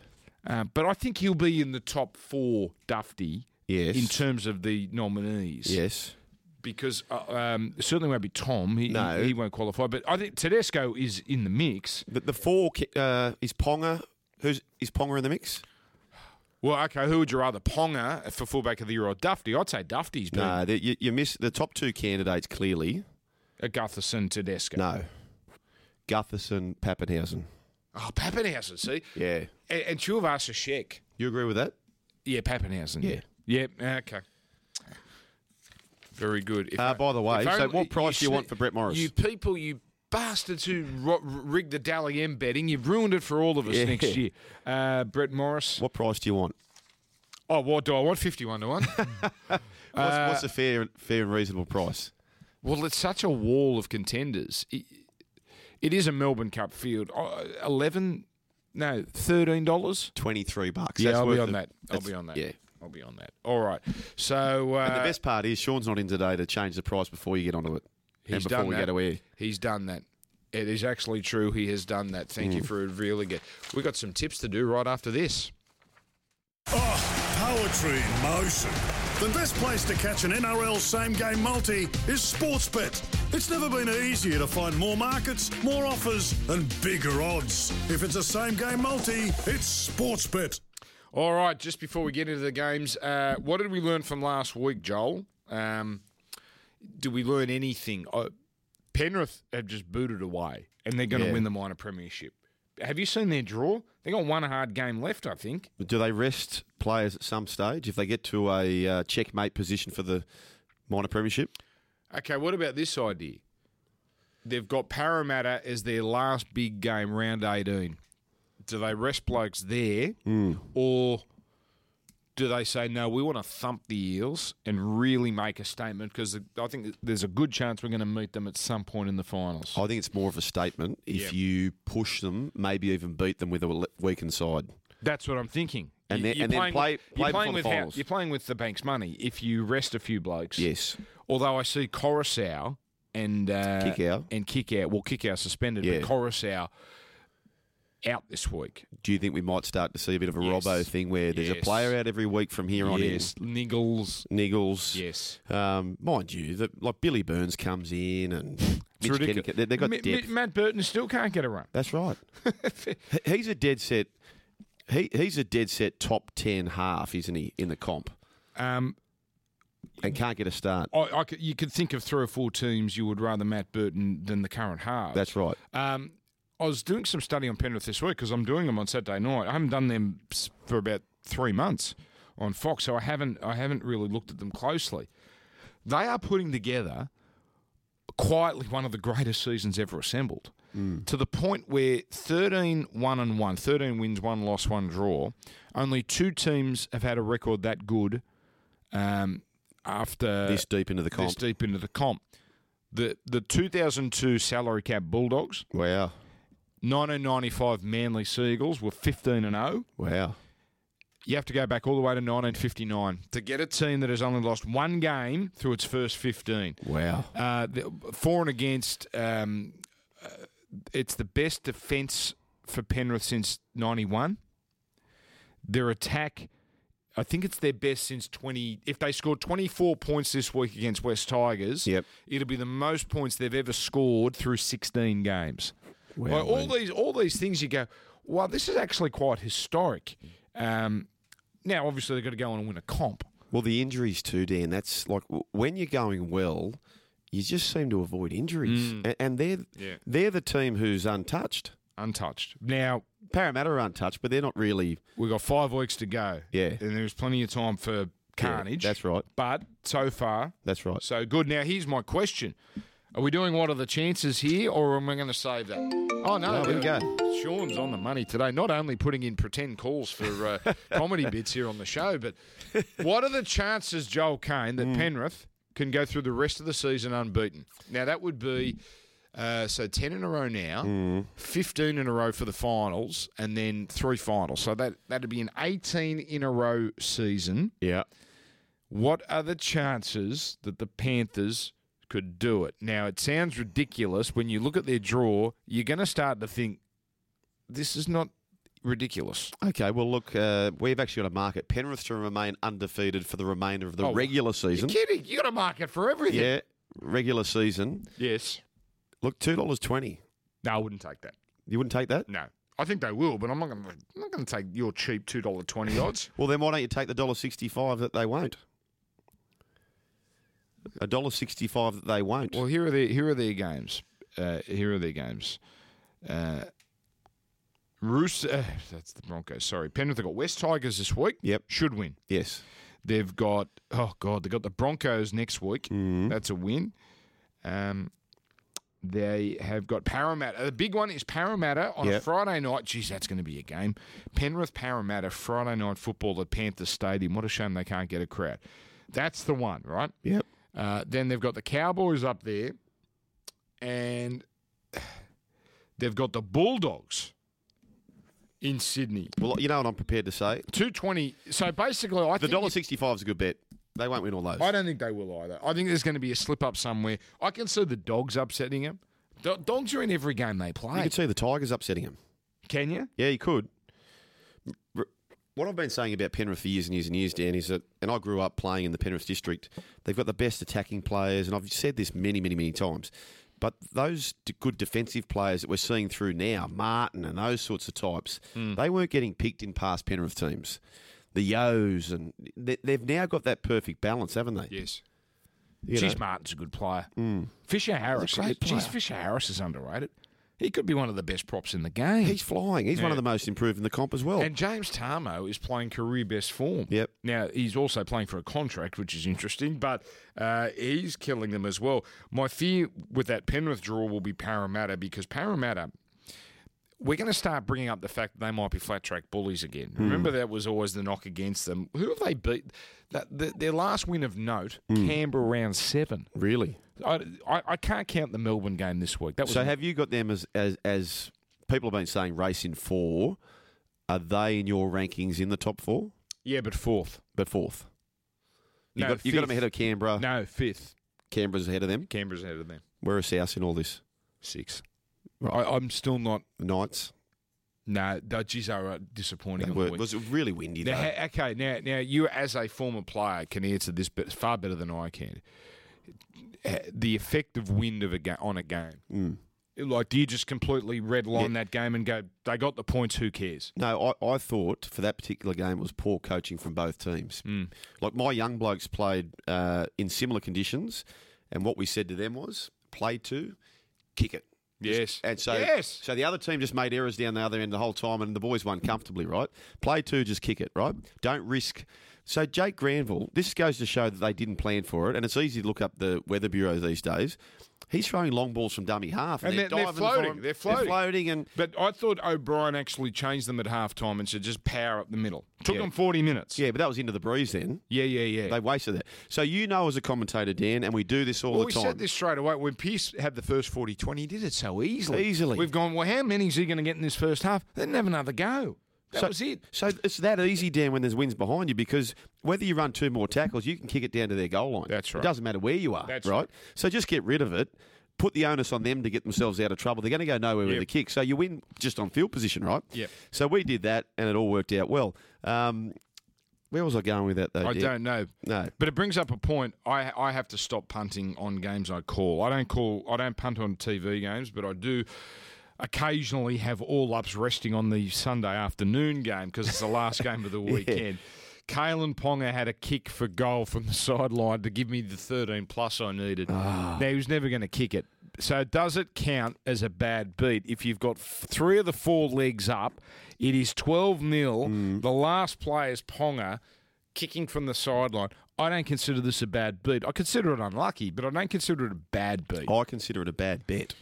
Speaker 1: Uh, but I think he'll be in the top four, Dufty,
Speaker 2: Yes.
Speaker 1: in terms of the nominees.
Speaker 2: Yes.
Speaker 1: Because uh, um, it certainly won't be Tom. He,
Speaker 2: No.
Speaker 1: he, he won't qualify. But I think Tedesco is in the mix.
Speaker 2: The, the four ki- uh, is Ponga. Who's is Ponga in the mix?
Speaker 1: Well, okay, who would you rather, Ponga for fullback of the year or Dufty? I'd say Dufty's been
Speaker 2: No, the, you, you miss the top two candidates clearly.
Speaker 1: a Uh, Gutherson, Tedesco.
Speaker 2: No, Gutherson, Pappenhausen.
Speaker 1: Oh, Pappenhausen, see?
Speaker 2: Yeah,
Speaker 1: And, and Chuvas Shek.
Speaker 2: you agree with that?
Speaker 1: Yeah, Pappenhausen. Yeah, yeah, okay. Very good. If
Speaker 2: Uh, by the way,
Speaker 1: if
Speaker 2: so
Speaker 1: only-
Speaker 2: what price do you
Speaker 1: sne-
Speaker 2: want for Brett Morris?
Speaker 1: You people, you bastards who ro- rigged the Dally M betting, you've ruined it for all of us
Speaker 2: Yeah.
Speaker 1: next year. Uh, Brett Morris.
Speaker 2: What price do you want?
Speaker 1: Oh, what do I want? 51 to 1.
Speaker 2: What's,
Speaker 1: Uh,
Speaker 2: what's a fair, fair and reasonable price?
Speaker 1: well, it's such a wall of contenders. It, it is a Melbourne Cup field. Uh, 11, no, $13.
Speaker 2: Twenty-three bucks.
Speaker 1: Yeah,
Speaker 2: That's
Speaker 1: I'll be
Speaker 2: worth
Speaker 1: on
Speaker 2: it.
Speaker 1: that. I'll
Speaker 2: That's-
Speaker 1: be on that.
Speaker 2: Yeah.
Speaker 1: I'll be on that. All right. So uh,
Speaker 2: And the best part is Sean's not in today to change the price before you get onto it. and before we
Speaker 1: that.
Speaker 2: get away.
Speaker 1: He's done that. It is actually true. He has done that. Thank
Speaker 2: Mm.
Speaker 1: you for revealing it. We got some tips to do right after this.
Speaker 11: Oh, Poetry in motion. The best place to catch an NRL same game multi is Sportsbet. It's never been easier to find more markets, more offers, and bigger odds. If it's a same game multi, it's Sportsbet.
Speaker 1: All right. Just before we get into the games, uh, what did we learn from last week, Joel? Um, did we learn anything? Uh, Penrith have just booted away, and they're going to
Speaker 2: Yeah.
Speaker 1: win the minor premiership. Have you seen their draw? They got one hard game left, I think.
Speaker 2: Do they rest players at some stage if they get to a uh, checkmate position for the minor premiership?
Speaker 1: Okay, what about this idea? They've got Parramatta as their last big game, round 18. Do they rest blokes there?
Speaker 2: Hmm.
Speaker 1: Or do they say, no, we want to thump the Eels and really make a statement? Because I think there's a good chance we're going to meet them at some point in the finals.
Speaker 2: I think it's more of a statement if you push them, maybe even beat them with a le- weakened side.
Speaker 1: That's what I'm thinking.
Speaker 2: And
Speaker 1: You-
Speaker 2: then-
Speaker 1: you're
Speaker 2: and then
Speaker 1: playing
Speaker 2: play-
Speaker 1: with-
Speaker 2: play
Speaker 1: you're playing
Speaker 2: before the
Speaker 1: with how-
Speaker 2: finals.
Speaker 1: You're playing with the bank's money if you rest a few blokes.
Speaker 2: Yes.
Speaker 1: Although I see Coruscant and uh,
Speaker 2: Kick out.
Speaker 1: and kick out. Well, kick out suspended,
Speaker 2: Yeah.
Speaker 1: but Coruscant out this week.
Speaker 2: Do you think we might start to see a bit of a
Speaker 1: Yes.
Speaker 2: Robbo thing where there's a
Speaker 1: Yes.
Speaker 2: player out every week from here on
Speaker 1: yes, Niggles.
Speaker 2: in? Niggles.
Speaker 1: Yes,
Speaker 2: Um, mind you, that like Billy Burns comes in and Mitch
Speaker 1: ridiculous.
Speaker 2: Kennicott, they- they've got
Speaker 1: M-
Speaker 2: depth.
Speaker 1: M- Matt Burton still can't get a run.
Speaker 2: That's right. He- he's a dead set. He he's a dead set top ten half, isn't he, in the comp,
Speaker 1: Um,
Speaker 2: and can't get a start.
Speaker 1: I, I could, you could think of three or four teams you would rather Matt Burton than the current half.
Speaker 2: That's right.
Speaker 1: Um, I was doing some study on Penrith this week because I'm doing them on Saturday night. I haven't done them s- for about three months on Fox, so I haven't I haven't really looked at them closely. They are putting together quietly one of the greatest seasons ever assembled
Speaker 2: Mm.
Speaker 1: to the point where 13 1 and 1 13 wins 1 loss 1 draw only two teams have had a record that good um, after
Speaker 2: this deep into the comp.
Speaker 1: Uh, this deep into the comp the the 2002 salary cap bulldogs
Speaker 2: wow,
Speaker 1: 1995 Manly Seagulls were 15 and 0.
Speaker 2: wow.
Speaker 1: You have to go back all the way to 1959 to get a team that has only lost one game through its first 15.
Speaker 2: Wow.
Speaker 1: Uh, the, for and against, um, uh, it's the best defence for Penrith since 91. Their attack, I think it's their best since 20. If they scored 24 points this week against West Tigers,
Speaker 2: Yep.
Speaker 1: it'll be the most points they've ever scored through 16 games.
Speaker 2: Wow,
Speaker 1: Like, all
Speaker 2: man.
Speaker 1: these all these things you go, wow, this is actually quite historic. Um, now, obviously, they've got to go on and win a comp.
Speaker 2: Well, the injuries too, Dan. That's like w- when you're going well, you just seem to avoid injuries, A- and, they're
Speaker 1: Mm. Yeah.
Speaker 2: they're the team who's untouched.
Speaker 1: Untouched. Now,
Speaker 2: Parramatta are untouched, but they're not really.
Speaker 1: We've got five weeks to go.
Speaker 2: Yeah.
Speaker 1: And there's plenty of time for carnage.
Speaker 2: that's right.
Speaker 1: But so far,
Speaker 2: That's right.
Speaker 1: so good. Now, here's my question Are we doing what are the chances here, or am I going to save that? Oh no,
Speaker 12: No, we go.
Speaker 1: uh, Sean's on the money today. Not only putting in pretend calls for uh, comedy bits here on the show, but what are the chances, Joel Kane, that Penrith can go through the rest of the season unbeaten? Now that would be. Uh, so 10 in a row now, 15 in a row for the finals, and then three finals. So that, that'd be an 18 in a row season.
Speaker 2: Yeah.
Speaker 1: What are the chances that the Panthers could do it? Now, it sounds ridiculous. When you look at their draw, you're going to start to think this is not ridiculous.
Speaker 2: Okay, well, look, uh, we've actually got a market. Penrith to remain undefeated for the remainder of the
Speaker 1: Oh,
Speaker 2: regular season.
Speaker 1: You're kidding. you got a market for everything.
Speaker 2: Yeah, regular season.
Speaker 1: Yes.
Speaker 2: Look, $2.20.
Speaker 1: No, I wouldn't take that.
Speaker 2: You wouldn't take that?
Speaker 1: No. I think they will, but I'm not going to. I'm not going to take your cheap two dollar twenty odds.
Speaker 2: Well, then why don't you take the $1.65 that they won't? $1.65 that they won't.
Speaker 1: Well, here are their here are their games. Uh, here are their games. Uh, Roos, uh, that's the Broncos. Sorry, Penrith have got West Tigers this week.
Speaker 2: Yep,
Speaker 1: should win.
Speaker 2: Yes,
Speaker 1: they've got. Oh God, they've got the Broncos next week.
Speaker 2: Mm-hmm.
Speaker 1: That's a win. Um, they have got Parramatta. The big one is Parramatta on a
Speaker 12: Yep.
Speaker 1: Friday night. Geez, that's going to be a game. Penrith Parramatta Friday night football at Panthers Stadium. What a shame they can't get a crowd. That's the one, right?
Speaker 2: Yep.
Speaker 1: Uh, then they've got the Cowboys up there, and they've got the Bulldogs in Sydney.
Speaker 2: Well, you know what I'm prepared to say.
Speaker 1: Two twenty. So basically, I
Speaker 2: the
Speaker 1: think
Speaker 2: dollar sixty five is a good bet. They won't win all those.
Speaker 1: I don't think they will either. I think there's going to be a slip up somewhere. I can see the dogs upsetting them. Do- dogs are in every game they
Speaker 2: You
Speaker 1: play.
Speaker 2: could see the Tigers upsetting them.
Speaker 1: Can you?
Speaker 2: Yeah, you could. R- What I've been saying about Penrith for years and years and years, Dan, is that, and I grew up playing in the Penrith district. They've got the best attacking players, and I've said this many, many, many times. But those d- good defensive players that we're seeing through now, Martin and those sorts of types,
Speaker 1: Hmm.
Speaker 2: they weren't getting picked in past Penrith teams. The Yos, and they, they've now got that perfect balance, haven't they?
Speaker 1: Yes.
Speaker 2: You
Speaker 1: Jeez,
Speaker 2: know.
Speaker 1: Martin's a good player.
Speaker 2: Mm.
Speaker 1: Fisher Harris.
Speaker 2: He's a great player.
Speaker 1: Jeez, Fisher Harris is underrated. He could be one of the best props in the game.
Speaker 2: He's flying. He's one of
Speaker 1: Yeah.
Speaker 2: the most improved in the comp as well.
Speaker 1: And James Tarmo is playing career best form.
Speaker 2: Yep.
Speaker 1: Now he's also playing for a contract, which is interesting, but uh, he's killing them as well. My fear with that Penrith draw will be Parramatta because Parramatta. We're going to start bringing up the fact that they might be flat track bullies again. Remember, that was always the knock against them. Who have they beat? That, the, their last win of note, Canberra round seven.
Speaker 2: Really?
Speaker 1: I, I, I can't count the Melbourne game this week. That was
Speaker 2: so have you got them as, as as people have been saying race in four? Are they in your rankings in the top four?
Speaker 1: yeah, but fourth.
Speaker 2: But fourth. You
Speaker 1: No,
Speaker 2: got you got them
Speaker 1: fifth.
Speaker 2: ahead of Canberra.
Speaker 1: No, fifth.
Speaker 2: Canberra's ahead of them.
Speaker 1: Canberra's ahead of them.
Speaker 2: Where is South in all this?
Speaker 1: Six. I, I'm still not.
Speaker 2: Knights.
Speaker 1: No, the G's are uh, disappointing.
Speaker 2: They
Speaker 1: on the
Speaker 2: were,
Speaker 1: week.
Speaker 2: was it really windy though?
Speaker 1: Now, ha- okay, now now you as a former player can answer this but far better than I can. Ha- The effect of wind of a ga- on a game.
Speaker 2: Mm.
Speaker 1: Like, do you just completely red line
Speaker 2: Yeah.
Speaker 1: that game and go, they got the points, who cares?
Speaker 2: No, I, I thought for that particular game it was poor coaching from both teams.
Speaker 1: Hmm.
Speaker 2: Like my young blokes played uh, in similar conditions, and what we said to them was play to, kick it.
Speaker 1: Yes.
Speaker 2: And so,
Speaker 1: Yes.
Speaker 2: so the other team just made errors down the other end the whole time, and the boys won comfortably, right? Play two, just kick it, right? Don't risk. So Jake Granville, this goes to show that they didn't plan for it, and it's easy to look up the weather bureau these days. He's throwing long balls from dummy half, and,
Speaker 1: And they're, they're
Speaker 2: diving for
Speaker 1: floating.
Speaker 2: him.
Speaker 1: They're floating.
Speaker 2: and
Speaker 1: but I thought O'Brien actually changed them at halftime and said just power up the middle. Took
Speaker 2: Yeah.
Speaker 1: them forty minutes.
Speaker 2: Yeah, but that was into the breeze then.
Speaker 1: Yeah, yeah, yeah.
Speaker 2: They wasted that. So you know, as a commentator, Dan, and we do this all
Speaker 1: Well,
Speaker 2: the
Speaker 1: we
Speaker 2: time.
Speaker 1: said this straight away. When Pierce had the first 40 20, he did it so easily.
Speaker 2: Easily.
Speaker 1: We've gone, well, how many is he going to get in this first half? They didn't have another go. That
Speaker 2: so,
Speaker 1: was it.
Speaker 2: So it's that easy, Dan, when there's wins behind you, because whether you run two more tackles, you can kick it down to their goal line. That's
Speaker 1: right.
Speaker 2: It doesn't matter where you are.
Speaker 1: That's
Speaker 2: right.
Speaker 1: right.
Speaker 2: So just get rid of it. Put the onus on them to get themselves out of trouble. They're going to go nowhere with
Speaker 1: Yep.
Speaker 2: the kick. So you win just on field position, right?
Speaker 1: Yep.
Speaker 2: So we did that, and it all worked out well. Um, where was I going with that, though?
Speaker 1: I
Speaker 2: Dan?
Speaker 1: don't know.
Speaker 2: No.
Speaker 1: But it brings up a point. I I have to stop punting on games I call. I don't call. I don't punt on TV games, but I do occasionally have all ups resting on the Sunday afternoon game because it's the last game of the weekend. Kalen Ponga had a kick for goal from the sideline to give me the 13 plus I needed.
Speaker 2: Ah.
Speaker 1: Now, he was never going to kick it. So, does it count as a bad beat? If you've got f- three of the four legs up,
Speaker 2: Mm.
Speaker 1: it is 12 0. The last play is Ponga kicking from the sideline. I don't consider this a bad beat. I consider it unlucky, but I don't consider it a bad beat.
Speaker 2: I consider it a bad bet.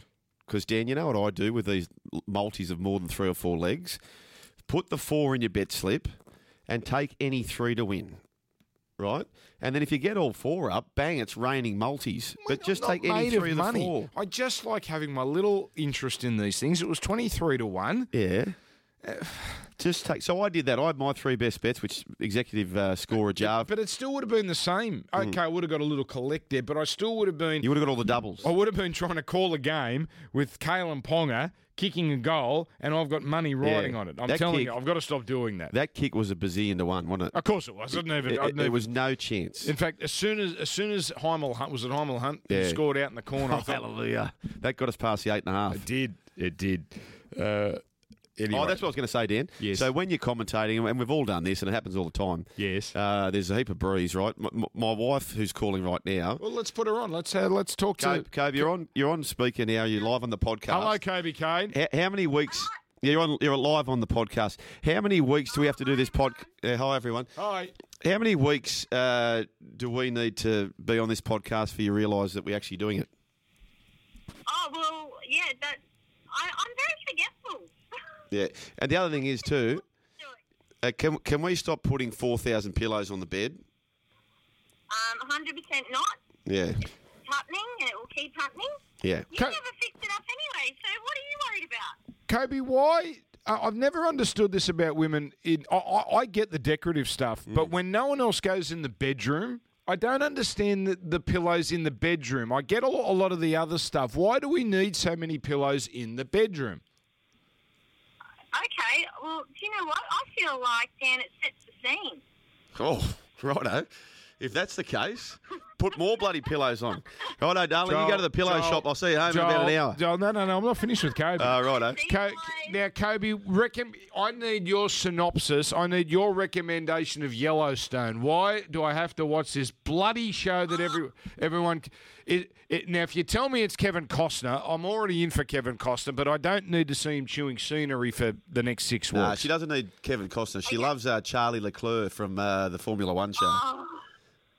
Speaker 2: Because, Dan, you know what I do with these l- multis of more than three or four legs? Put the four in your bet slip and take any three to win. Right? And then if you get all four up, bang, it's raining multis. But just
Speaker 1: not
Speaker 2: take any
Speaker 1: made of
Speaker 2: three of,
Speaker 1: money.
Speaker 2: the four.
Speaker 1: I just like having my little interest in these things. It was 23 to 1.
Speaker 2: Yeah. Just take. So I did that. I had my three best bets, which executive uh, scorer Jarve.
Speaker 1: But it still would have been the same. Okay, I would have got a little collect there, but I still would have been.
Speaker 2: Hmm. You would have got all the doubles.
Speaker 1: I would have been trying to call a game with Kalen Ponga kicking a goal, and I've got money riding on it. I'm
Speaker 2: That
Speaker 1: telling
Speaker 2: kick-
Speaker 1: you, I've got to stop doing that.
Speaker 2: That kick was a bazillion to one, wasn't it?
Speaker 1: Of course it was. I didn't even.
Speaker 2: It,
Speaker 1: I
Speaker 2: it-
Speaker 1: didn't
Speaker 2: it
Speaker 1: even-
Speaker 2: was no chance.
Speaker 1: In fact, as soon as as soon as Heimel Hunt was it Heimel Hunt who
Speaker 2: Yeah.
Speaker 1: scored out in the corner. I
Speaker 2: Oh,
Speaker 1: thought,
Speaker 2: hallelujah. That got us past the eight and a half. It
Speaker 1: did. It did. Uh, anyway.
Speaker 2: Oh, that's what I was going to say, Dan.
Speaker 1: Yes.
Speaker 2: So when you're commentating, and we've all done this, and it happens all the time.
Speaker 1: Yes.
Speaker 2: Uh, there's a heap of breeze, right? My, my- my wife, who's calling right now.
Speaker 1: Well, let's put her on. Let's uh, let's talk to.
Speaker 2: Cobe, Cobe, you're on. You're on speaker now. You're live on the podcast.
Speaker 1: Hello, Kobe Kane.
Speaker 2: How, how many weeks? yeah, You're on. You're live on the podcast. How many weeks do we have to do this pod? Uh, hi, everyone.
Speaker 1: Hi.
Speaker 2: How many weeks uh, do we need to be on this podcast for you to realise that we're actually doing it?
Speaker 5: Oh well, yeah. That I, I'm very forgetful.
Speaker 2: Yeah. And the other thing is too, uh, can can we stop putting four thousand pillows on the bed?
Speaker 5: Um, 100% not.
Speaker 2: Yeah.
Speaker 5: It's happening, and it will keep happening.
Speaker 2: Yeah.
Speaker 5: You never fixed it up anyway. So what are you worried about?
Speaker 1: Kobe, why? I- I've never understood this about women. In I, I, I get the decorative stuff, but when no one else goes in the bedroom, I don't understand the, the pillows in the bedroom. I get a, lo- a lot of the other stuff. Why do we need so many pillows in the bedroom?
Speaker 5: Okay. Well, do you know what? I feel like Dan. It sets the scene.
Speaker 2: Oh, righto. If that's the case, put more bloody pillows on. Righto, darling, you go to the pillow
Speaker 1: Joel,
Speaker 2: shop. I'll see you home in about an
Speaker 1: Joel,
Speaker 2: hour.
Speaker 1: Joel, no, no, no. I'm not finished with Kobe.
Speaker 2: Uh, righto.
Speaker 1: Co- now, Kobe, reckon I need your synopsis. I need your recommendation of Yellowstone. Why do I have to watch this bloody show that every everyone? It, it, now, if you tell me it's Kevin Costner, I'm already in for Kevin Costner, but I don't need to see him chewing scenery for the next six weeks.
Speaker 2: Nah, she doesn't need Kevin Costner. She loves uh, Charlie Leclerc from uh, the Formula One show.
Speaker 5: Oh,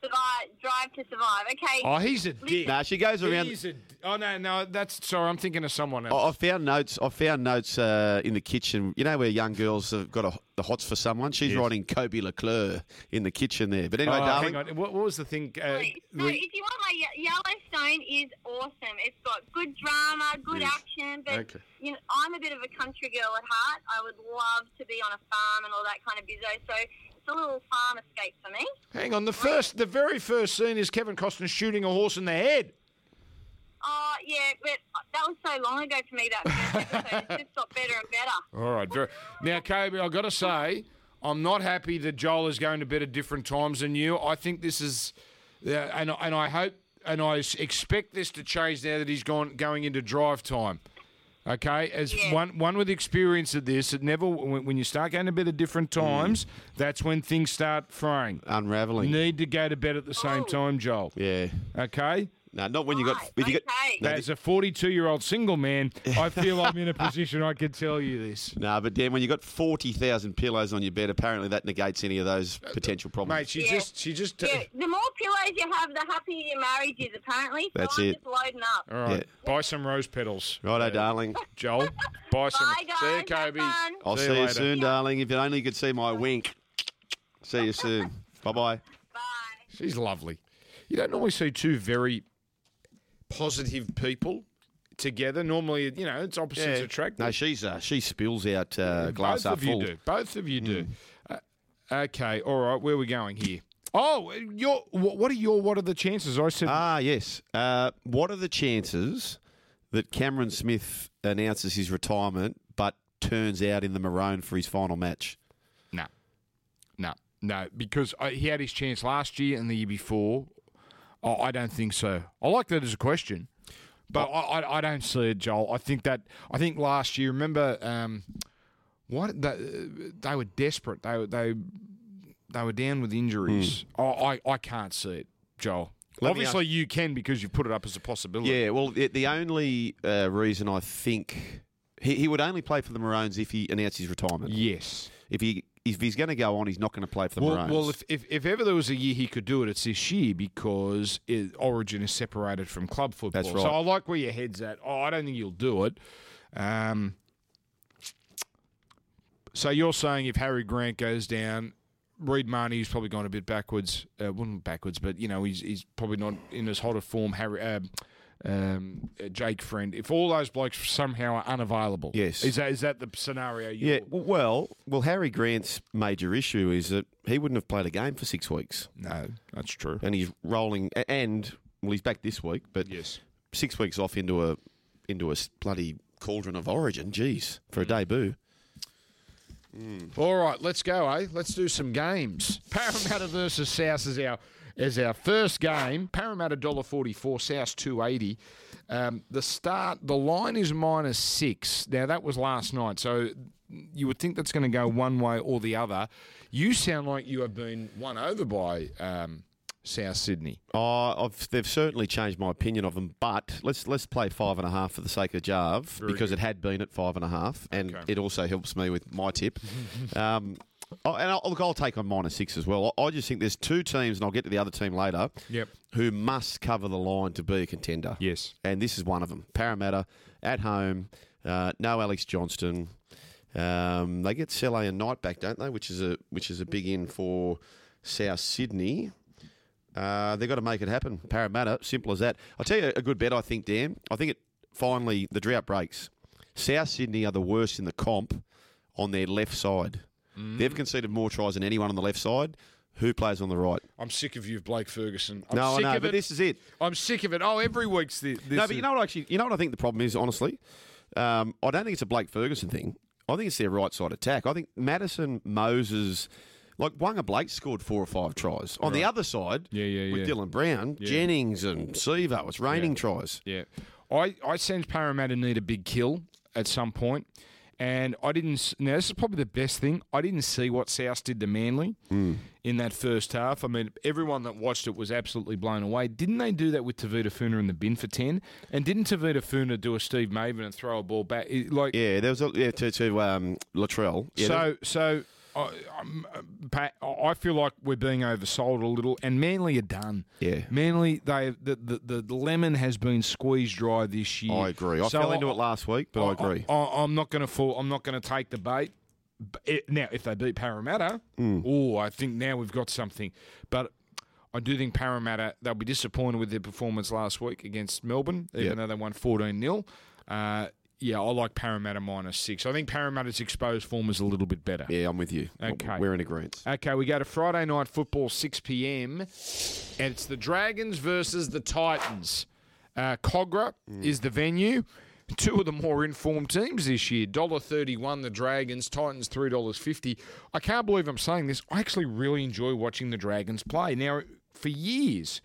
Speaker 5: survive, drive to survive. Okay.
Speaker 1: Oh, he's a dick.
Speaker 2: Nah, Oh, she goes around-
Speaker 1: He's a, oh no, no, that's sorry. I'm thinking of someone else.
Speaker 2: I I found notes. I found notes uh, in the kitchen. You know where young girls have got a, the hots for someone. She's
Speaker 1: Yes.
Speaker 2: writing Kobe Leclerc in the kitchen there. But anyway,
Speaker 1: Oh,
Speaker 2: darling,
Speaker 1: hang on. What, what was the thing? Uh,
Speaker 5: No,
Speaker 1: we-
Speaker 5: if you want my Ye- Yellowstone is awesome. It's got good drama, good
Speaker 1: Yes.
Speaker 5: action, but
Speaker 1: Okay.
Speaker 5: you know, I'm a bit of a country girl at heart. I would love to be on a farm and all that kind of bizzo. So it's a little farm escape for me.
Speaker 1: Hang on. The first, the very first scene is Kevin Costner shooting a horse in the head.
Speaker 5: Oh yeah, but that was so long ago for me. That first episode it just got better and better.
Speaker 1: All right. Very, now, Kobe, I've got to say, I'm not happy that Joel is going to bed at different times than you. I think this is, uh, and and I hope and I s- expect this to change now that he's gone going into drive time. Okay, as one one with experience at this, it never when, when you start going to bed at different
Speaker 5: Mm.
Speaker 1: times, that's when things start fraying.
Speaker 2: unraveling.
Speaker 1: Need to go to bed at the same
Speaker 5: Oh.
Speaker 1: time, Joel.
Speaker 2: Yeah.
Speaker 1: Okay.
Speaker 2: No, not when you got. If you got
Speaker 1: As a 42 year old single man, I feel I'm in a position I can tell you this.
Speaker 2: no, but Dan, when you got forty thousand pillows on your bed, apparently that negates any of those potential problems.
Speaker 1: Uh, Mate, she just she just
Speaker 5: Yeah, the more pillows you have, the happier your marriage is. Apparently, so
Speaker 2: That's
Speaker 5: I'm
Speaker 2: it.
Speaker 5: just loading up.
Speaker 1: All right. Buy some rose petals.
Speaker 2: Righto, darling.
Speaker 1: Joel, buy some.
Speaker 5: Bye, guys.
Speaker 1: See you, Kobe.
Speaker 2: I'll see you,
Speaker 1: later.
Speaker 2: soon, darling. If you only could see my wink. See you soon. bye bye.
Speaker 1: She's lovely. You don't normally see two very positive people together. Normally, you know, it's opposites attract.
Speaker 2: No, she's uh, she spills out uh,
Speaker 1: Both
Speaker 2: glass half
Speaker 1: of you
Speaker 2: full. Mm.
Speaker 1: do. Both of you do. Uh, okay. All right. Where are we going here? Oh, your what what are your what are the chances? I said
Speaker 2: Ah, yes. Uh, what are the chances that Cameron Smith announces his retirement but turns out in the maroon for his final match?
Speaker 1: No. No, no, because I, he had his chance last year and the year before. I I don't think so. I like that as a question, but I, I, I don't see it, Joel. I think that I think last year. Remember, um, what they, they were desperate. They were- they they were down with injuries. I, I I can't see it, Joel.
Speaker 2: Hmm. Let me
Speaker 1: Obviously, you can because you put it up as a possibility.
Speaker 2: Yeah, well, the, the only uh, reason I think he, he would only play for the Maroons if he announced his retirement.
Speaker 1: Yes.
Speaker 2: If he if he's going to go on, he's not going to play for the
Speaker 1: Well,
Speaker 2: Maroons.
Speaker 1: well if, if, if ever there was a year he could do it, it's this year because it, Origin is separated from club football.
Speaker 2: That's right.
Speaker 1: So I like where your head's at. Oh, I don't think you'll do it. Um, so you're saying if Harry Grant goes down, Reid Marnie, who's probably gone a bit backwards, uh, well, not backwards, but you know he's he's probably not in as hot a form. Harry, um, um, uh, Jake Friend. If all those blokes somehow are unavailable,
Speaker 2: Yes.
Speaker 1: is that is that the scenario? You
Speaker 2: yeah, w- well, well, Harry Grant's major issue is that he wouldn't have played a game for six weeks.
Speaker 1: No, that's true.
Speaker 2: And he's rolling, a- and well, he's back this week, but
Speaker 1: yes,
Speaker 2: six weeks off into a into a s- bloody cauldron of Origin. Jeez, for a debut.
Speaker 1: All right, let's go, eh? Let's do some games. Parramatta versus South is our is our first game. Parramatta dollar forty four, South two eighty. Um, the start, the line is minus six. Now that was last night, so you would think that's going to go one way or the other. You sound like you have been won over by um, South Sydney.
Speaker 2: Oh, I've, they've certainly changed my opinion of them, but let's let's play five and a half for the sake of Jarve
Speaker 1: Very
Speaker 2: because
Speaker 1: good.
Speaker 2: it had been at five and a half, and
Speaker 1: Okay.
Speaker 2: it also helps me with my tip. um, oh, and I'll, look, I'll take on minus six as well. I, I just think there's two teams, and I'll get to the other team later.
Speaker 1: Yep.
Speaker 2: who must cover the line to be a contender.
Speaker 1: Yes,
Speaker 2: and this is one of them. Parramatta at home, uh, no Alex Johnston. Um, they get Sele and Knight back, don't they? Which is a which is a big in for South Sydney. Uh, they've got to make it happen. Parramatta, simple as that. I'll tell you a good bet, I think, Dan. I think it finally, the drought breaks. South Sydney are the worst in the comp on their left side.
Speaker 1: Mm.
Speaker 2: They've conceded more tries than anyone on the left side. Who plays on the right?
Speaker 1: I'm sick of you, Blake Ferguson. I'm
Speaker 2: No, I
Speaker 1: sick
Speaker 2: know,
Speaker 1: of
Speaker 2: but
Speaker 1: it.
Speaker 2: this is it.
Speaker 1: I'm sick of it. Oh, every week's thi- this.
Speaker 2: no, but you know what? Actually, you know what I think the problem is. Honestly, um, I don't think it's a Blake Ferguson thing. I think it's their right side attack. I think Madison Moses, like Wanga Blake, scored four or five tries. On the other side, yeah, yeah, with
Speaker 1: yeah.
Speaker 2: Dylan Brown, Jennings, and Sevo, it's raining tries.
Speaker 1: Yeah. I, I sense Parramatta need a big kill at some point, And I didn't. s- Now, this is probably the best thing. I didn't see what South did to Manly
Speaker 2: Hmm.
Speaker 1: in that first half. I mean, everyone that watched it was absolutely blown away. Didn't they do that with Tavita Funa in the bin for 10? And didn't Tavita Funa do a Steve Maven and throw a ball back? It- Like,
Speaker 2: Yeah, there was a, yeah to to um, Latrell. Yeah, there-
Speaker 1: so, so I, I'm, uh, Pat, I I feel like we're being oversold a little, and Manly are done.
Speaker 2: Yeah.
Speaker 1: Manly, they the the, the lemon has been squeezed dry this year.
Speaker 2: I agree. I
Speaker 1: So
Speaker 2: fell into it last week, but I, agree.
Speaker 1: I, I, am not going to fall. I'm not going to take the bait. But it- now, if they beat Parramatta, oh, I think now we've got something. But I do think Parramatta they'll be disappointed with their performance last week against Melbourne, even
Speaker 2: Yep.
Speaker 1: though they won 14 0. Uh, yeah, I like Parramatta minus six. I think Parramatta's exposed form is a little bit better.
Speaker 2: yeah, I'm with you.
Speaker 1: Okay.
Speaker 2: we're in agreement.
Speaker 1: Okay, we go to Friday night football, 6 p.m. And it's the Dragons versus the Titans. Uh, Cogra is the venue. Two of the more informed teams this year. $1.31 the Dragons, Titans $3.50. I can't believe I'm saying this. I actually really enjoy watching the Dragons play. Now, for years,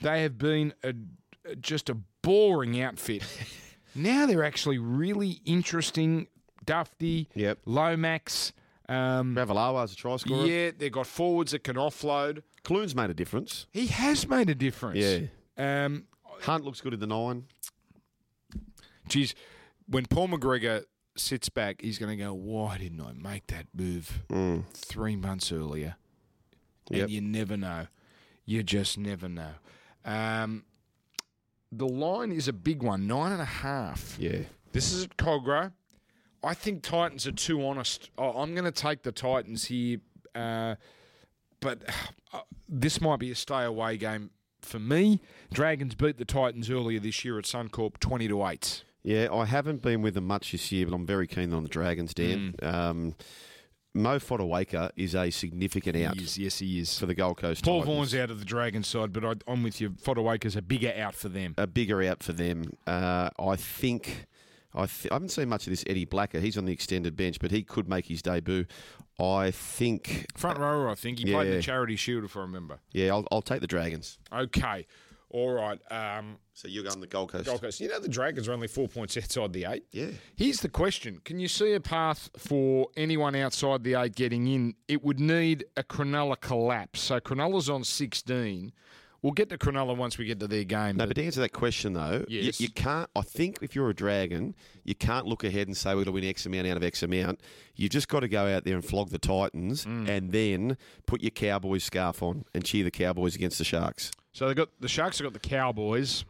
Speaker 1: they have been a, just a boring outfit. now they're actually really interesting. Dufty,
Speaker 2: Yep.
Speaker 1: Lomax, um,
Speaker 2: Ravalawa's a try scorer.
Speaker 1: yeah, they've got forwards that can offload.
Speaker 2: Clune's made a difference.
Speaker 1: He has made a difference.
Speaker 2: Yeah.
Speaker 1: Um,
Speaker 2: Hunt looks good in the nine.
Speaker 1: geez, when Paul McGregor sits back, he's going to go, why didn't I make that move three months earlier?
Speaker 2: Mm. Yep.
Speaker 1: And you never know. You just never know. Um, the line is a big one, nine and a half.
Speaker 2: Yeah.
Speaker 1: This is at Cogra. I think Titans are too honest. Oh, I'm going to take the Titans here, uh, but uh, this might be a stay away game for me. Dragons beat the Titans earlier this year at Suncorp, twenty to eight.
Speaker 2: Yeah, I haven't been with them much this year, but I'm very keen on the Dragons, Dan.
Speaker 1: Mm.
Speaker 2: Um, Mo Fodawaker is a significant out.
Speaker 1: yes, he is.
Speaker 2: For the Gold Coast
Speaker 1: Paul
Speaker 2: Titans.
Speaker 1: Vaughan's out of the Dragons side, but I, I'm with you. Fodawaker's a bigger out for them.
Speaker 2: A bigger out for them. Uh, I think. I, th- I haven't seen much of this Eddie Blacker. He's on the extended bench, but he could make his debut. I think.
Speaker 1: Front rower, I think. He played in
Speaker 2: Yeah.
Speaker 1: the Charity Shield, if I remember.
Speaker 2: Yeah, I'll, I'll take the Dragons.
Speaker 1: Okay. All right. Um,
Speaker 2: So you're going the Gold Coast.
Speaker 1: Gold Coast. You know the Dragons are only four points outside the eight.
Speaker 2: Yeah.
Speaker 1: Here's the question: Can you see a path for anyone outside the eight getting in? It would need a Cronulla collapse. So Cronulla's on sixteen. We'll get to Cronulla once we get to their game.
Speaker 2: No, but to answer that question though, y-
Speaker 1: Yes.
Speaker 2: you, can't. I think if you're a dragon, you can't look ahead and say we're going to win X amount out of X amount. You've just got to go out there and flog the Titans,
Speaker 1: Mm.
Speaker 2: and then put your Cowboys scarf on and cheer the Cowboys against the Sharks.
Speaker 1: So they got the Sharks have got the Cowboys.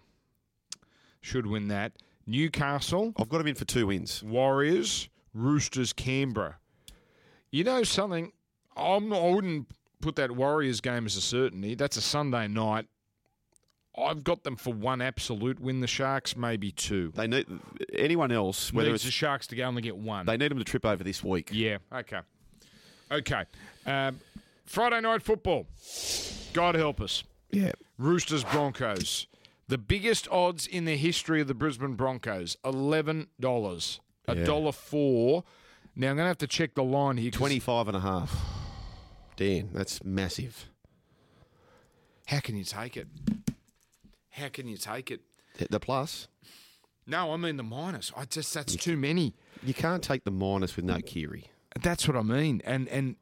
Speaker 1: Should win that. Newcastle.
Speaker 2: I've got them in for two wins.
Speaker 1: Warriors, Roosters, Canberra. You know something? I'm not, I wouldn't put that Warriors game as a certainty. That's a Sunday night. I've got them for one absolute win. The Sharks maybe two.
Speaker 2: They need anyone else. Whether
Speaker 1: Needs the
Speaker 2: it's
Speaker 1: Sharks to go only get one.
Speaker 2: they need them to trip over this week.
Speaker 1: Yeah. Okay. Okay. Um, Friday night football. God help us.
Speaker 13: Yeah.
Speaker 1: Roosters Broncos. The biggest odds in the history of the Brisbane Broncos. Eleven dollars. A
Speaker 2: Yeah.
Speaker 1: dollar four. Now I'm gonna have to check the line here. 'cause
Speaker 2: 25 and a half. Dan, that's massive.
Speaker 1: How can you take it? How can you take it?
Speaker 2: The- The plus.
Speaker 1: No, I mean the minus. I just that's too many.
Speaker 2: You can't take the minus with no Kiri.
Speaker 1: That's what I mean. And and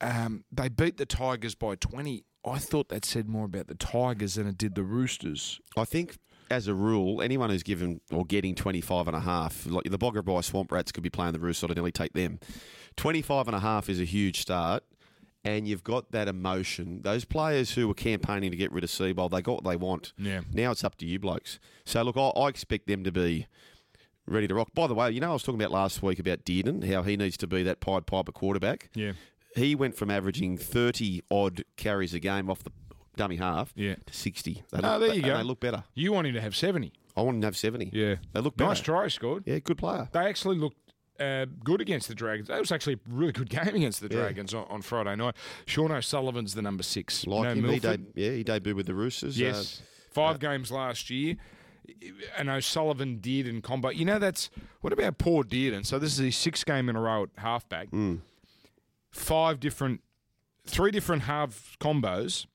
Speaker 1: um, they beat the Tigers by twenty. I thought that said more about the Tigers than it did the Roosters.
Speaker 2: I think as a rule, anyone who's given or getting 25 and a half, like the Boggabri Swamp Rats could be playing the Roosters, I'd nearly take them. 25 and a half is a huge start, and you've got that emotion. Those players who were campaigning to get rid of Seabold, they got what they want.
Speaker 1: Yeah.
Speaker 2: Now it's up to you blokes. So, look, I, I expect them to be ready to rock. By the way, you know I was talking about last week about Dearden, how he needs to be that Pied Piper quarterback.
Speaker 1: Yeah.
Speaker 2: He went from averaging 30 odd carries a game off the dummy half
Speaker 1: Yeah.
Speaker 2: to 60. They
Speaker 1: No,
Speaker 2: look-
Speaker 1: there you
Speaker 2: and
Speaker 1: go.
Speaker 2: They look better.
Speaker 1: You want him to have seventy.
Speaker 2: I want him to have 70.
Speaker 1: Yeah.
Speaker 2: They look better.
Speaker 1: Nice try scored.
Speaker 2: Yeah, good player.
Speaker 1: They actually looked uh, good against the Dragons. That was actually a really good game against the
Speaker 2: Yeah.
Speaker 1: Dragons on, on Friday night. Sean O'Sullivan's the number six.
Speaker 2: Like
Speaker 1: no
Speaker 2: him. He
Speaker 1: Milford.
Speaker 2: deb- yeah, he debuted with the Roosters.
Speaker 1: Yes.
Speaker 2: Uh,
Speaker 1: Five games last year. And O'Sullivan, Dearden combo. You know, that's what about poor Dearden? So this is his sixth game in a row at halfback.
Speaker 2: Hmm.
Speaker 1: Five different, three different half combos.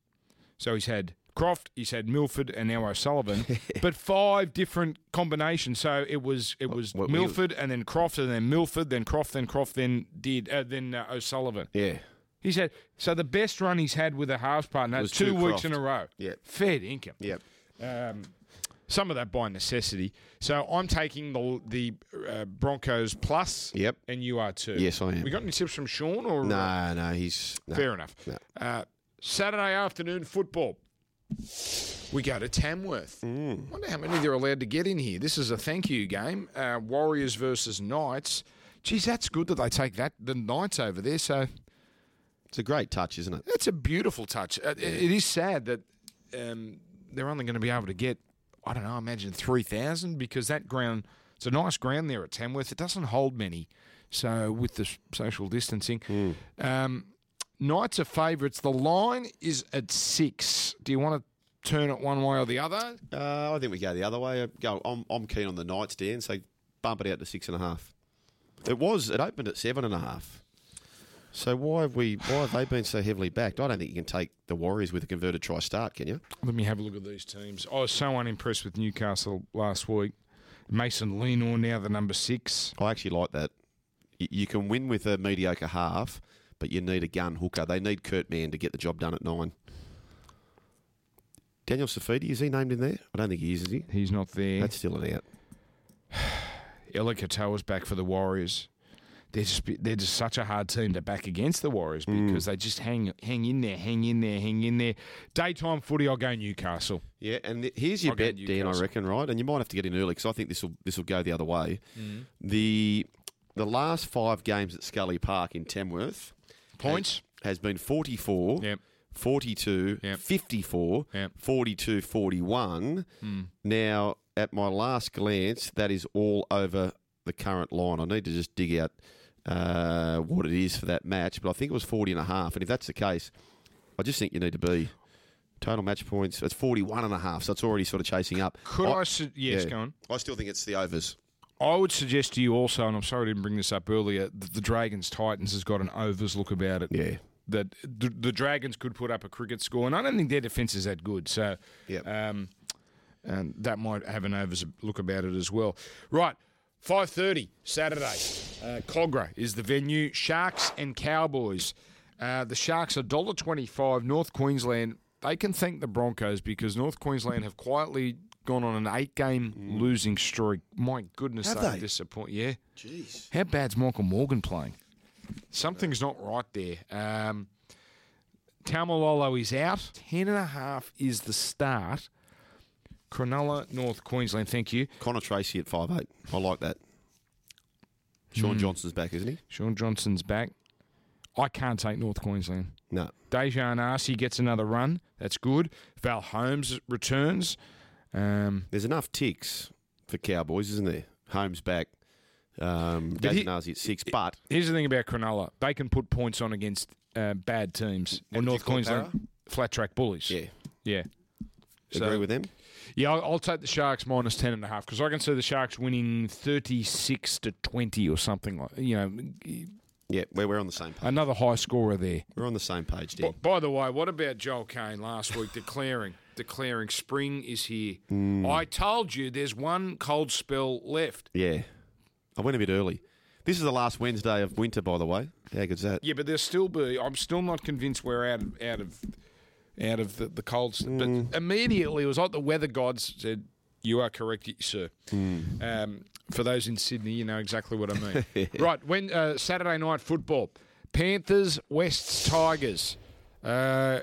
Speaker 1: So he's had Croft, he's had Milford, and now O'Sullivan, but five different combinations. So it was it was
Speaker 2: what were you-
Speaker 1: Milford and then Croft and then Milford, then Croft, then Croft, then did uh, then uh, O'Sullivan.
Speaker 2: yeah.
Speaker 1: He's had so the best run he's had with a halves partner
Speaker 2: was
Speaker 1: two,
Speaker 2: two
Speaker 1: weeks in a
Speaker 2: Croft.
Speaker 1: row.
Speaker 2: Yep.
Speaker 1: fair income.
Speaker 2: Yep.
Speaker 1: Um, some of that by necessity. So I'm taking the the uh, Broncos plus.
Speaker 2: Yep.
Speaker 1: And you are too.
Speaker 2: Yes, I am.
Speaker 1: We got any tips from Sean or uh,
Speaker 2: No, no, he's. no.
Speaker 1: Fair enough.
Speaker 2: No.
Speaker 1: Uh, Saturday afternoon football. We go to Tamworth.
Speaker 2: Mm.
Speaker 1: Wonder how many they're allowed to get in here. This is a thank you game. Uh, Warriors versus Knights. Geez, that's good that they take that the Knights over there. So
Speaker 2: It's a great touch, isn't it?
Speaker 1: that's a beautiful touch. Uh, it- it is sad that um, they're only going to be able to get, I don't know, I imagine 3,000 because that ground, it's a nice ground there at Tamworth. It doesn't hold many. So with the s- social distancing, um, Knights are favourites. The line is at six. Do you want to turn it one way or the other?
Speaker 2: Uh, I think we go the other way. I Go. I'm, I'm keen on the Knights, Dan. So bump it out to six and a half. It was. It opened at seven and a half. So why have we? Why have they been so heavily backed? I don't think you can take the Warriors with a converted try start, can you?
Speaker 1: Let me have a look at these teams. I was so unimpressed with Newcastle last week. Mason Lenore now the number six.
Speaker 2: I actually like that. Y- You can win with a mediocre half, but you need a gun hooker. They need Kurt Mann to get the job done at nine. Daniel Safidi, is he named in there? I don't think he is, is he?
Speaker 1: He's not there.
Speaker 2: That's still an out.
Speaker 1: Ella Katoa's back for the Warriors. They're just they're just such a hard team to back against the Warriors
Speaker 2: Hmm.
Speaker 1: because they just hang hang in there, hang in there, hang in there. Daytime footy, I'll go Newcastle.
Speaker 2: Yeah, and th- here's your
Speaker 1: I'll go
Speaker 2: bet, Dan. I
Speaker 1: Newcastle.
Speaker 2: reckon, right? And you might have to get in early because I think this will this will go the other way.
Speaker 1: Mm.
Speaker 2: The the last five games at Scully Park in Tamworth
Speaker 1: Points.
Speaker 2: has been 44,
Speaker 1: Yep.
Speaker 2: 42,
Speaker 1: Yep.
Speaker 2: 54,
Speaker 1: Yep. Hmm.
Speaker 2: 42, 41. Now, at my last glance, that is all over the current line. I need to just dig out uh, what it is for that match, but I think it was 40 and a half. And if that's the case, I just think you need to be. Total match points, it's 41 and a half, so it's already sort of chasing up.
Speaker 1: Could I? su- yes,
Speaker 2: yeah.
Speaker 1: go on.
Speaker 2: I still think it's the overs.
Speaker 1: I would suggest to you also, and I'm sorry I didn't bring this up earlier, that the Dragons Titans has got an overs look about it.
Speaker 2: Yeah.
Speaker 1: That the, the Dragons could put up a cricket score, and I don't think their defence is that good. So,
Speaker 2: Yep.
Speaker 1: um, and that might have an overs look about it as well. Right, five thirty Saturday, uh, Cogra is the venue. Sharks and Cowboys. Uh, the Sharks are dollar twenty five. North Queensland they can thank the Broncos because North Queensland have quietly gone on an eight-game losing streak. My goodness,
Speaker 9: Mm. Have
Speaker 1: they,
Speaker 9: they?
Speaker 1: disappoint. Yeah.
Speaker 9: Jeez.
Speaker 1: How bad's Michael Morgan playing? Something's not right there. Um, Tamalolo is out. Ten and a half is the start. Cronulla, North Queensland. Thank you.
Speaker 2: Connor Tracy at five eight. I like that. Sean
Speaker 1: Hmm.
Speaker 2: Johnson's back, isn't he?
Speaker 1: Sean Johnson's back. I can't take North Queensland.
Speaker 2: No.
Speaker 1: Dejan Arce gets another run. That's good. Val Holmes returns. Um,
Speaker 2: There's enough ticks for Cowboys, isn't there? Holmes back. Um,
Speaker 1: But he-
Speaker 2: Dazenazi at six, but
Speaker 1: Here's the thing about Cronulla. They can put points on against uh, bad teams. and North Queensland, flat track bullies. Yeah. Yeah.
Speaker 2: Agree with them?
Speaker 1: Yeah, I'll, I'll take the Sharks minus 10.5 because I can see the Sharks winning 36 to 20 or something like You know,
Speaker 2: yeah, we're, we're on the same page.
Speaker 1: Another high scorer there.
Speaker 2: We're on the same page, Dan.
Speaker 1: By the way, what about Joel Kane last week declaring declaring spring is here?
Speaker 2: Mm.
Speaker 1: I told you there's one cold spell left.
Speaker 2: Yeah. I went a bit early. This is the last Wednesday of winter, by the way. How good's that?
Speaker 1: Yeah, but there'll still be. I'm still not convinced we're out of out of out of the, the cold. s- But immediately it was like the weather gods said, "You are correct, sir." Um, for those in Sydney, you know exactly what I mean. right when uh, Saturday night football, Panthers, West Tigers. Uh,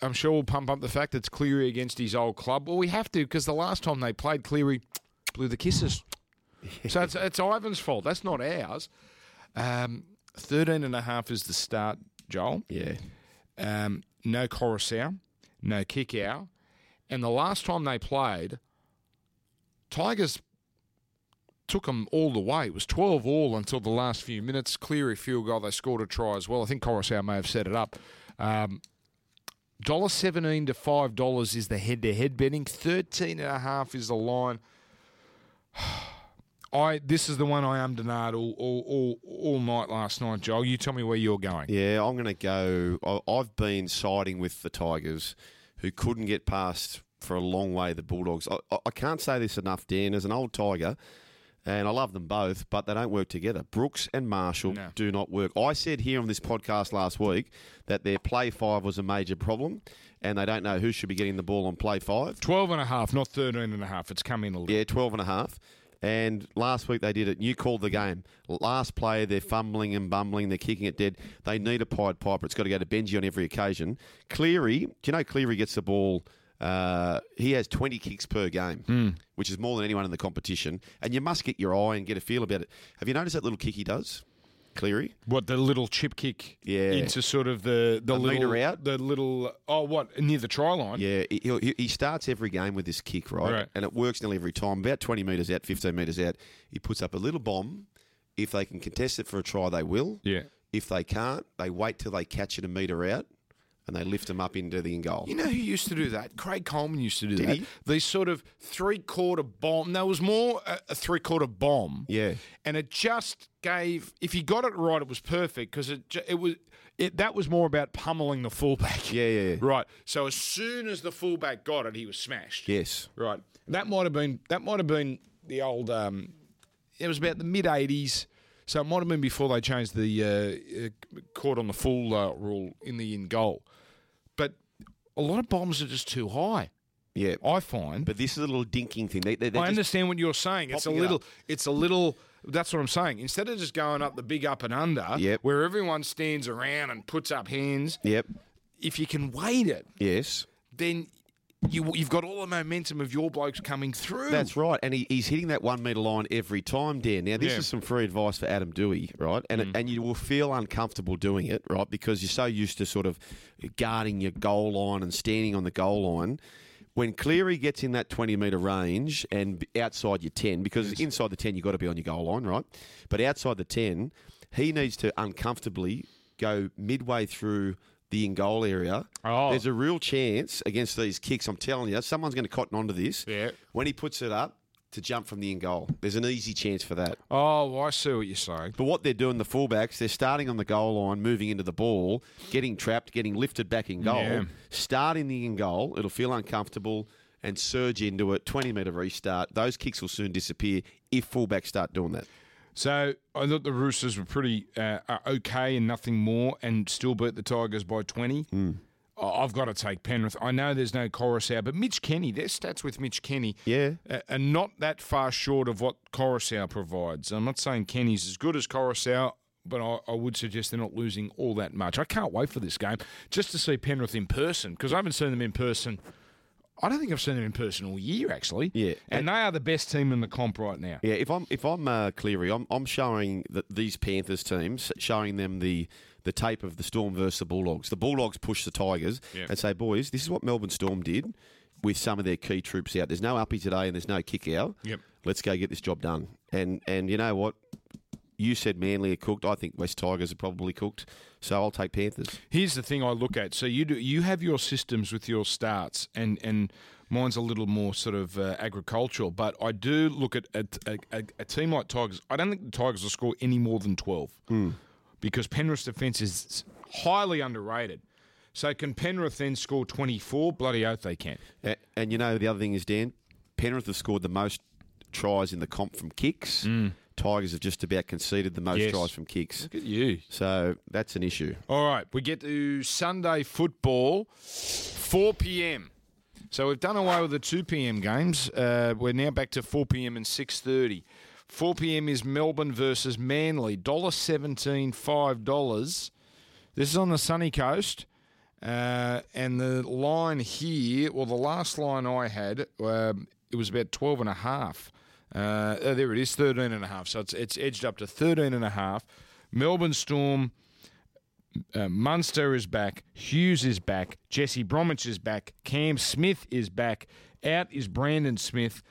Speaker 1: I'm sure we'll pump up the fact it's Cleary against his old club. Well, we have to because the last time they played, Cleary blew the kisses. so it's, it's Ivan's fault. That's not ours. Um, 13 and a half is the start, Joel.
Speaker 2: Yeah.
Speaker 1: Um, no Coruscant, no kick out. And the last time they played, Tigers took them all the way. It was 12 all until the last few minutes. Cleary field goal. They scored a try as well. I think Coruscant may have set it up. Um, $1.17 to $5 is the head-to-head betting. 13 and a half is the line. I This is the one I am denied all, all, all, all night last night, Joel. You tell me where you're going.
Speaker 2: Yeah, I'm going to go. I- I've been siding with the Tigers, who couldn't get past for a long way the Bulldogs. I, I- I can't say this enough, Dan. As an old Tiger, and I love them both, but they don't work together. Brooks and Marshall
Speaker 1: No.
Speaker 2: do not work. I said here on this podcast last week that their play five was a major problem, and they don't know who should be getting the ball on play five.
Speaker 1: 12 and a half, not 13 and a half. It's come in a little.
Speaker 2: Yeah, 12 and a half. And last week they did it. You called the game. Last play, they're fumbling and bumbling. They're kicking it dead. They need a Pied Piper. It's got to go to Benji on every occasion. Cleary, do you know Cleary gets the ball? Uh, he has 20 kicks per game, which is more than anyone in the competition. And you must get your eye and get a feel about it. Have you noticed that little kick he does, Cleary?
Speaker 1: What, the little chip kick?
Speaker 2: Yeah.
Speaker 1: Into sort of the, the
Speaker 2: A
Speaker 1: little.
Speaker 2: metre out?
Speaker 1: The little. Oh, what? Near the try line?
Speaker 2: Yeah, he, he- he starts every game with this kick, right?
Speaker 1: Right.
Speaker 2: And it works nearly every time. About 20 metres out, 15 metres out, he puts up a little bomb. If they can contest it for a try, they will.
Speaker 1: Yeah.
Speaker 2: If they can't, they wait till they catch it a metre out and they lift them up into the end goal.
Speaker 1: You know who used to do that? Craig Coleman used to do
Speaker 2: Did
Speaker 1: that.
Speaker 2: he?
Speaker 1: These sort of three quarter bomb. There was more a, a three quarter bomb.
Speaker 2: Yeah.
Speaker 1: And it just gave. If you got it right, it was perfect because it ju- it was it that was more about pummeling the fullback.
Speaker 2: Yeah, yeah, yeah.
Speaker 1: Right. So as soon as the fullback got it, he was smashed.
Speaker 2: Yes.
Speaker 1: Right. That might have been that might have been the old. Um, it was about the mid '80s, so it might have been before they changed the uh, uh, caught on the full uh, rule in the in goal. But a lot of bombs are just too high.
Speaker 2: Yeah.
Speaker 1: I find.
Speaker 2: But this is a little dinking thing. They, they, they
Speaker 1: I
Speaker 2: just-
Speaker 1: understand what you're saying. It's a
Speaker 2: popping it
Speaker 1: little.
Speaker 2: up.
Speaker 1: it's a little. That's what I'm saying. Instead of just going up the big up and under,
Speaker 2: Yep.
Speaker 1: where everyone stands around and puts up hands,
Speaker 2: Yep.
Speaker 1: if you can wait it,
Speaker 2: Yes.
Speaker 1: then you you've got all the momentum of your blokes coming through.
Speaker 2: That's right. And he, he's hitting that one metre line every time, Dan. Now, this
Speaker 1: Yeah. Mm.
Speaker 2: is some free advice for Adam Dewey, right? And, and you will feel uncomfortable doing it, right? Because you're so used to sort of guarding your goal line and standing on the goal line. When Cleary gets in that 20 metre range and b- outside your 10, because inside the 10, you've got to be on your goal line, right? But outside the 10, he needs to uncomfortably go midway through the in goal area.
Speaker 1: Oh.
Speaker 2: There's a real chance against these kicks, I'm telling you, someone's going to cotton onto this
Speaker 1: Yeah.
Speaker 2: when he puts it up to jump from the end goal. There's an easy chance for that.
Speaker 1: Oh, I see what you're saying.
Speaker 2: But what they're doing, the fullbacks, they're starting on the goal line, moving into the ball, getting trapped, getting lifted back in goal,
Speaker 1: Yeah.
Speaker 2: starting the end goal. It'll feel uncomfortable and surge into it. 20 metre restart. Those kicks will soon disappear if fullbacks start doing that.
Speaker 1: So I thought the uh, Roosters were pretty uh, are okay and nothing more, and still beat the Tigers by twenty. I- I've got to take Penrith. I know there's no Coruscant, but Mitch Kenny, their stats with Mitch Kenny
Speaker 2: yeah.
Speaker 1: are not that far short of what Coruscant provides. I'm not saying Kenny's as good as Coruscant, but I, I would suggest they're not losing all that much. I can't wait for this game just to see Penrith in person because I haven't seen them in person. I don't think I've seen them in person all year, actually. Yeah, and they are the best team in the comp right now.
Speaker 2: Yeah, if I'm if I'm uh, Cleary, I'm I'm showing the, these Panthers teams, showing them the the tape of the Storm versus the Bulldogs. The Bulldogs push the Tigers
Speaker 1: Yeah.
Speaker 2: and say, boys, this is what Melbourne Storm did with some of their key troops out. There's no uppy today and there's no kick out.
Speaker 1: Yep.
Speaker 2: Let's go get this job done. And and you know what? You said Manly are cooked. I think West Tigers are probably cooked. So I'll take Panthers.
Speaker 1: Here's the thing I look at. So you do you have your systems with your starts, and and mine's a little more sort of uh, agricultural. But I do look at a, a, a, a team like Tigers. I don't think the Tigers will score any more than twelve because Penrith's defence is highly underrated. So can Penrith then score twenty four? Bloody oath they can.
Speaker 2: A- And you know the other thing is Dan Penrith have scored the most tries in the comp from kicks. Tigers have just about conceded the most
Speaker 1: Hmm. Yes.
Speaker 2: tries from kicks.
Speaker 1: Look at you.
Speaker 2: So that's an issue.
Speaker 1: All right, we get to Sunday football, 4 p.m. So we've done away with the 2 p.m. games. Uh, we're now back to 4 p.m. and 6:30. 4 p.m. is Melbourne versus Manly, dollar seventeen, five dollars. This is on the sunny coast, uh, and the line here, well, the last line I had, um, it was about 12 and a half. Uh, oh, there it is, 13 and a half. So it's it's edged up to 13 and a half. Melbourne Storm uh, Munster is back. Hughes is back. Jesse Bromwich is back. Cam Smith is back. Out is Brandon Smith.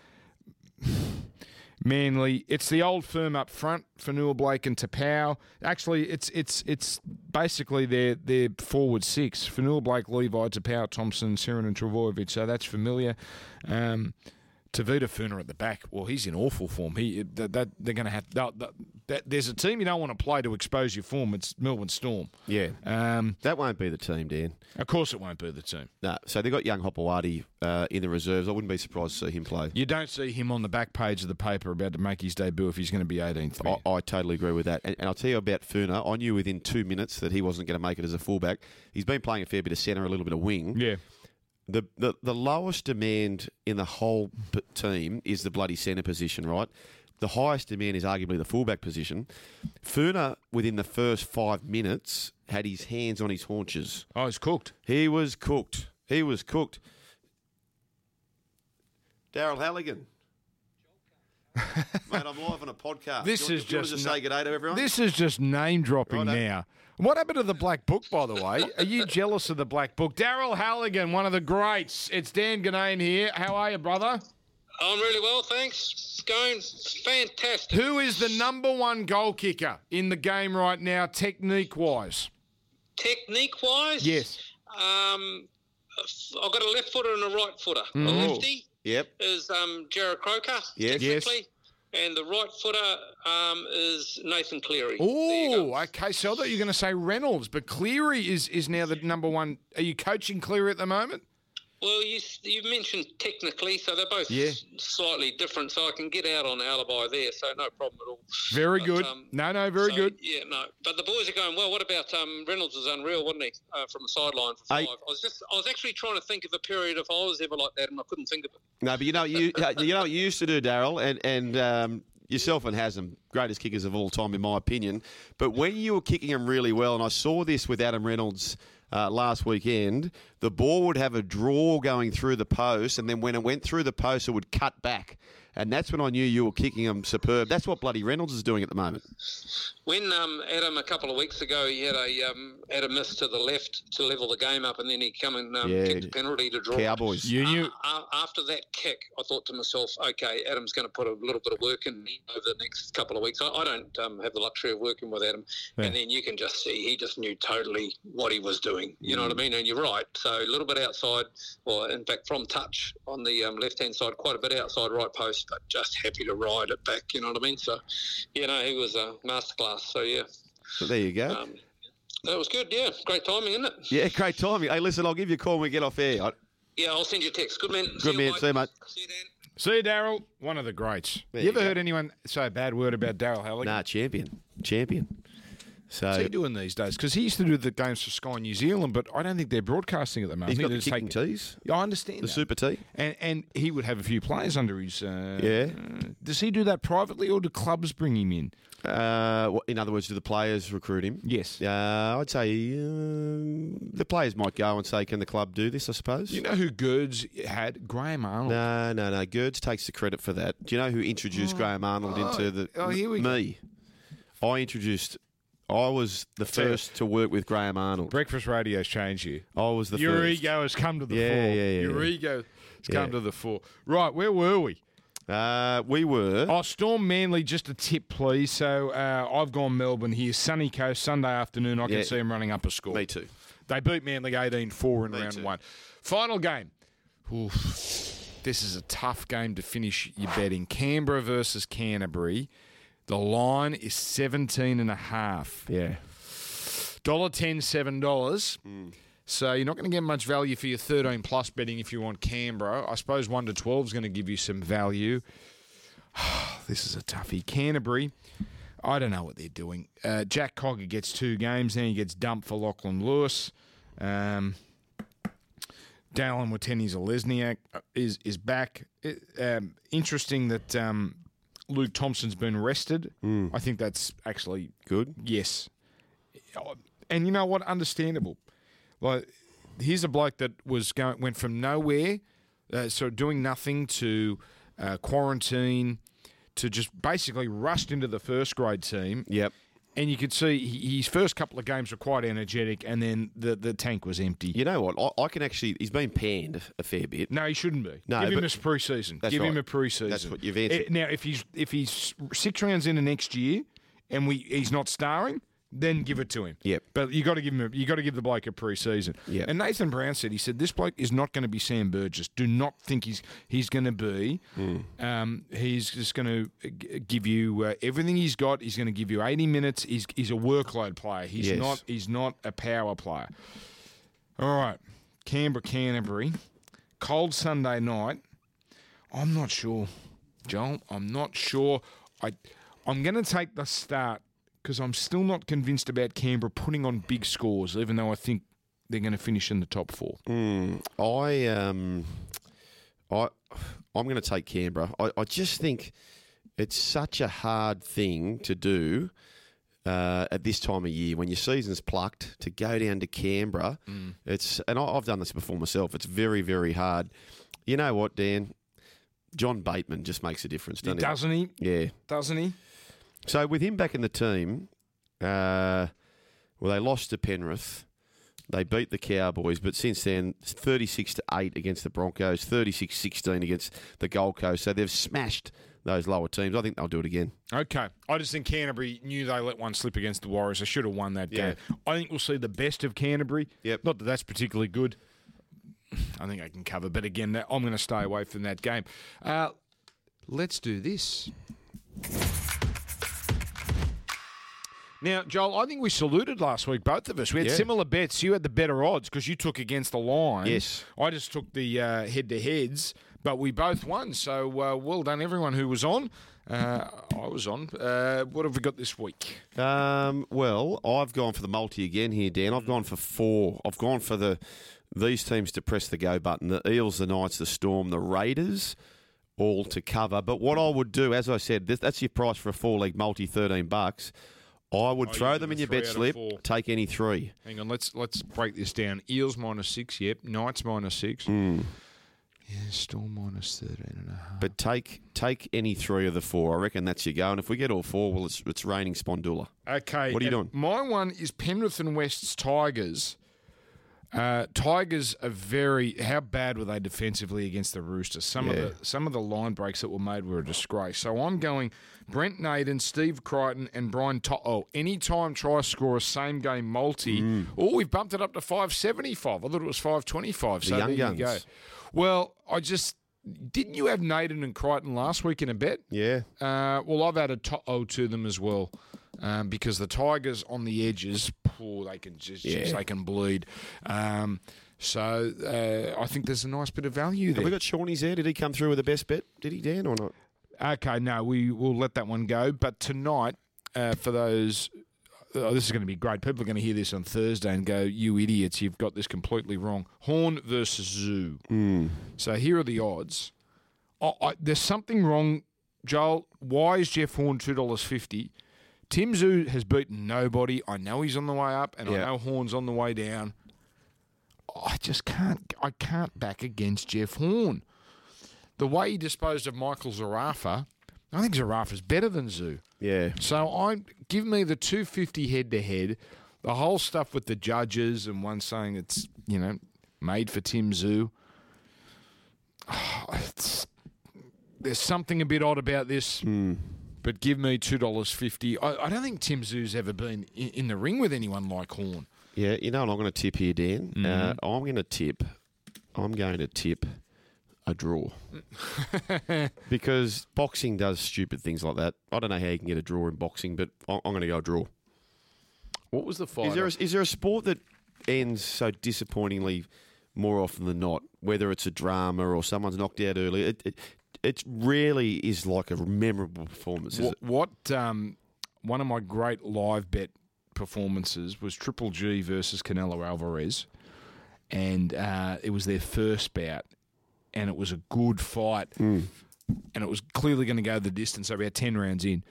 Speaker 1: Manly. It's the old firm up front for Newell Blake and Tapau. Actually, it's it's it's basically their their forward six for Newell Blake, Levi, Tapau, Thompson, Siren, and Travojevic. So that's familiar. Um, Tavita Funa at the back. Well, he's in awful form. He that, that they're going to have. That, that, that, there's a team you don't want to play to expose your form. It's Melbourne Storm.
Speaker 2: Yeah.
Speaker 1: Um,
Speaker 2: that won't be the team, Dan.
Speaker 1: Of course, it won't be the team.
Speaker 2: No. So they've got young Hopewadi uh, in the reserves. I wouldn't be surprised to see him play.
Speaker 1: You don't see him on the back page of the paper about to make his debut if he's going to be 18th.
Speaker 2: I, I totally agree with that. And, and I'll tell you about Funa. I knew within two minutes that he wasn't going to make it as a fullback. He's been playing a fair bit of centre, a little bit of wing.
Speaker 1: Yeah.
Speaker 2: The, the, the lowest demand in the whole p- team is the bloody centre position, right? The highest demand is arguably the fullback position. Funa, within the first five minutes, had his hands on his haunches.
Speaker 1: Oh, he's cooked.
Speaker 2: He was cooked. He was cooked. Daryl Halligan. Mate, I'm live on a podcast.
Speaker 1: This
Speaker 2: Uh, Do you
Speaker 1: is
Speaker 2: want- do you want to
Speaker 1: just
Speaker 2: say good day to everyone.
Speaker 1: This is just name dropping now. What happened to the black book, by the way? Are you jealous of the black book? Daryl Halligan, one of the greats. It's Dan Ganane here. How are you, brother?
Speaker 9: I'm really well, thanks. It's going fantastic.
Speaker 1: Who is the number one goal kicker in the game right now, technique wise?
Speaker 9: Technique wise,
Speaker 1: Yes.
Speaker 9: Um, I've got a left footer and a right footer.
Speaker 1: Mm.
Speaker 9: A
Speaker 1: Oh.
Speaker 9: lefty
Speaker 2: Yep.
Speaker 9: is um, Jared Croker.
Speaker 1: Yes. Yes.
Speaker 9: technically, And the right footer um, is Nathan Cleary.
Speaker 1: Oh, okay. So I thought you were going to say Reynolds, but Cleary is is now the number one. Are you coaching Cleary at the moment?
Speaker 9: Well, you s- you mentioned technically, so they're both
Speaker 1: Yeah.
Speaker 9: s- slightly different. So I can get out on alibi there, so no problem at all.
Speaker 1: Very
Speaker 9: But,
Speaker 1: good.
Speaker 9: um,
Speaker 1: no, no, very
Speaker 9: so,
Speaker 1: good.
Speaker 9: Yeah, no. But the boys are going well. What about um, Reynolds? Was unreal, wasn't he? Uh, from the sideline for five.
Speaker 2: Eight.
Speaker 9: I was just, I was actually trying to think of a period if I was ever like that, and I couldn't think of it.
Speaker 2: No, but you know you uh, you know what you used to do, Daryl, and and um, yourself and Haslam, greatest kickers of all time in my opinion. But when you were kicking them really well, and I saw this with Adam Reynolds. Uh, last weekend, the ball would have a draw going through the post, and then when it went through the post, it would cut back, and that's when I knew you were kicking them superb. That's what bloody Reynolds is doing at the moment.
Speaker 9: When um, Adam a couple of weeks ago, he had a um, had a miss to the left to level the game up, and then he come and um,
Speaker 2: Yeah,
Speaker 9: kicked a penalty to draw. it.
Speaker 2: Cowboys. You knew-
Speaker 9: A- after that kick, I thought to myself, okay, Adam's going to put a little bit of work in over the next couple of weeks. I, I don't um, have the luxury of working with Adam,
Speaker 1: Yeah.
Speaker 9: and then you can just see he just knew totally what he was doing. You know what I mean? And you're right. So a little bit outside, or in fact from touch on the um, left hand side, quite a bit outside right post, but just happy to ride it back. You know what I mean? So, you know, he was a masterclass. So yeah,
Speaker 2: So there you go.
Speaker 9: Um, that was good. Yeah, great timing, isn't it?
Speaker 2: yeah, great timing. Hey, listen, I'll give you a call when we get off air. I-
Speaker 9: Yeah, I'll send you a text. Good man.
Speaker 2: Good man, see you, mate.
Speaker 1: See you, Daryl. One of the greats. you ever heard anyone say a bad word about Daryl Halligan?
Speaker 2: Nah, champion, champion. So
Speaker 1: What's he doing these days? Because he used to do the games for Sky New Zealand, but I don't think they're broadcasting at the moment.
Speaker 2: He's
Speaker 1: I
Speaker 2: got
Speaker 1: think
Speaker 2: the
Speaker 1: they're just
Speaker 2: kicking
Speaker 1: taking-
Speaker 2: tees.
Speaker 1: Yeah, I understand
Speaker 2: The
Speaker 1: that.
Speaker 2: super tee.
Speaker 1: and and he would have a few players under his. Uh,
Speaker 2: Yeah.
Speaker 1: Does he do that privately, or do clubs bring him in?
Speaker 2: Uh, what- in other words, do the players recruit him?
Speaker 1: Yes.
Speaker 2: Uh, I'd say um, the players might go and say, "Can the club do this?" I suppose.
Speaker 1: You know who Gerds had? Graham Arnold.
Speaker 2: No, no, no. Gerds takes the credit for that. Do you know who introduced
Speaker 1: Oh.
Speaker 2: Graham Arnold
Speaker 1: Oh,
Speaker 2: into the
Speaker 1: oh, here we go.
Speaker 2: me? I introduced. I was the
Speaker 1: you-
Speaker 2: first to work with Graham Arnold.
Speaker 1: Breakfast radio's changed you.
Speaker 2: I was the
Speaker 1: Your
Speaker 2: first.
Speaker 1: ego has come to the
Speaker 2: Yeah,
Speaker 1: fore.
Speaker 2: yeah, yeah,
Speaker 1: Your
Speaker 2: yeah.
Speaker 1: ego has
Speaker 2: Yeah.
Speaker 1: come to the fore. Right, where were we?
Speaker 2: Uh, we were.
Speaker 1: Oh, Storm Manly, just a tip, please. So uh, I've gone Melbourne here. Sunny Coast, Sunday afternoon. I
Speaker 2: Yeah.
Speaker 1: can see them running up a score.
Speaker 2: Me too.
Speaker 1: They beat Manly 18 4 in
Speaker 2: Me
Speaker 1: round
Speaker 2: too.
Speaker 1: one. Final game. Oof. This is a tough game to finish your betting. Canberra versus Canterbury. The line is 17 and a half.
Speaker 2: Yeah.
Speaker 1: Dollar ten, seven dollars.
Speaker 2: Hmm.
Speaker 1: So you're not going to get much value for your 13 plus betting if you want Canberra. I suppose one to 12 is going to give you some value. this is a toughie. Canterbury. I don't know what they're doing. Uh, Jack Cogger gets two games, then he gets dumped for Lachlan Lewis. Um, Dallin Watenis Lesniak uh, is is back. It, um, interesting that um, Luke Thompson's been rested. I think that's actually
Speaker 2: good.
Speaker 1: Yes, and you know what? Understandable. Like, here's a bloke that was going went from nowhere, uh, so doing nothing to uh, quarantine, to just basically rushed into the first grade team.
Speaker 2: Yep.
Speaker 1: And you could see he- his first couple of games were quite energetic, and then the, the tank was empty.
Speaker 2: You know what? I, I can actually. He's been panned a fair bit.
Speaker 1: No, he shouldn't be.
Speaker 2: No,
Speaker 1: give him
Speaker 2: but-
Speaker 1: his preseason.
Speaker 2: That's
Speaker 1: give him
Speaker 2: right.
Speaker 1: a preseason.
Speaker 2: That's what you've answered.
Speaker 1: Eh, now, if he's if he's six rounds into next year, and we he's not starring, then give it to him.
Speaker 2: Yep.
Speaker 1: But you got to give him. A, you got to give the bloke a preseason.
Speaker 2: Yep.
Speaker 1: And Nathan Brown said he said this bloke is not going to be Sam Burgess. Do not think he's he's going to be.
Speaker 2: Hmm.
Speaker 1: Um, he's just going to give you uh, everything he's got. He's going to give you eighty minutes. He's he's a workload player. He's
Speaker 2: Yes.
Speaker 1: not he's not a power player. All right, Canberra, Canterbury, cold Sunday night. I'm not sure, Joel. I'm not sure. I, I'm going to take the start because I'm still not convinced about Canberra putting on big scores, even though I think they're going to finish in the top four.
Speaker 2: Mm, I um, I I'm going to take Canberra. I, I just think it's such a hard thing to do uh, at this time of year when your season's plucked to go down to Canberra.
Speaker 1: Mm.
Speaker 2: It's and I, I've done this before myself. It's very very hard. You know what, Dan? John Bateman just makes a difference, doesn't he?
Speaker 1: Doesn't he?
Speaker 2: Yeah.
Speaker 1: Doesn't he?
Speaker 2: So with him back in the team, uh, well, they lost to Penrith. They beat the Cowboys, but since then, it's 36 to 8 against the Broncos, 36 16 against the Gold Coast. So they've smashed those lower teams. I think they'll do it again.
Speaker 1: Okay. I just think Canterbury knew they let one slip against the Warriors. They should have won that
Speaker 2: Yeah.
Speaker 1: game. I think we'll see the best of Canterbury. Yep. Not that that's particularly good. I think I can cover, but again, that- I'm going to stay away from that game. Uh, let's do this. Now, Joel, I think we saluted last week, both of us. We had
Speaker 2: Yeah.
Speaker 1: similar bets. You had the better odds because you took against the line.
Speaker 2: Yes.
Speaker 1: I just took the uh, head to heads, but we both won. So uh, well done, everyone who was on. Uh, I was on. Uh, what have we got this week?
Speaker 2: Um, well, I've gone for the multi again here, Dan. I've gone for four. I've gone for the these teams to press the go button: the Eels, the Knights, the Storm, the Raiders, all to cover. But what I would do, as I said, this, that's your price for a four-leg multi, thirteen bucks. I would
Speaker 1: Oh,
Speaker 2: throw
Speaker 1: you
Speaker 2: them
Speaker 1: do
Speaker 2: in
Speaker 1: the
Speaker 2: your
Speaker 1: three out
Speaker 2: bet
Speaker 1: of
Speaker 2: slip.
Speaker 1: four.
Speaker 2: Take any three.
Speaker 1: Hang on, let's let's break this down. Eels minus six, yep. Knights minus six. Yeah, Storm minus 13 and a half.
Speaker 2: But take take any three of the four. I reckon that's your go. And if we get all four, well, it's it's raining Spondula.
Speaker 1: Okay.
Speaker 2: What are you
Speaker 1: and
Speaker 2: doing?
Speaker 1: My one is Penrith and West's Tigers. Uh, Tigers are very. How bad were they defensively against the Roosters? Some
Speaker 2: Yeah.
Speaker 1: of the some of the line breaks that were made were a disgrace. So I'm going Brent Naden, Steve Crichton, and Brian. To- oh, anytime try scorer, same game multi.
Speaker 2: Mm.
Speaker 1: Oh, we've bumped it up to 575. I thought it was 525.
Speaker 2: The
Speaker 1: so
Speaker 2: young
Speaker 1: there you go.
Speaker 2: guns.
Speaker 1: Well, I just didn't you have Naden and Crichton last week in a bet?
Speaker 2: Yeah.
Speaker 1: Uh, well, I've added To'o to them as well um, because the Tigers on the edges, poor, they can just
Speaker 2: Yeah.
Speaker 1: they can bleed. Um, so uh, I think there's a nice bit of value
Speaker 2: Have we
Speaker 1: there.
Speaker 2: got Shawnee's there? Did he come through with the best bet? Did he, Dan, or not?
Speaker 1: okay, no, we will let that one go. But tonight, uh, for those oh, this is going to be great. People are going to hear this on Thursday and go, you idiots, you've got this completely wrong. Horn versus Zoo. So here are the odds. I, I, there's something wrong, Joel. Why is Jeff Horn $2.50? Tim Zoo has beaten nobody. I know he's on the way up, and I
Speaker 2: Yeah.
Speaker 1: know Horn's on the way down. I just can't. I can't back against Jeff Horn. The way he disposed of Michael Zarafa, I think Zarafa's better than Zoo.
Speaker 2: Yeah.
Speaker 1: So I give me the 250 head to head. The whole stuff with the judges and one saying it's you know made for Tim Zoo. it's, there's something a bit odd about this.
Speaker 2: Hmm.
Speaker 1: But give me two dollars fifty. I, I don't think Tim Zoo's ever been in, in the ring with anyone like Horn.
Speaker 2: Yeah, you know what I'm going to tip here, Dan? Uh,
Speaker 1: Mm-hmm.
Speaker 2: I'm going to tip. I'm going to tip a draw because boxing does stupid things like that. I don't know how you can get a draw in boxing, but I- I'm going to go draw.
Speaker 1: What was the fight?
Speaker 2: Is there, a, is there a sport that ends so disappointingly more often than not? Whether it's a drama or someone's knocked out early, it it, it rarely is like a memorable performance. Is it?
Speaker 1: What, what um, one of my great live bet performances was Triple G versus Canelo Alvarez, and uh, it was their first bout, and it was a good fight, and it was clearly going to go the distance. So about ten rounds in,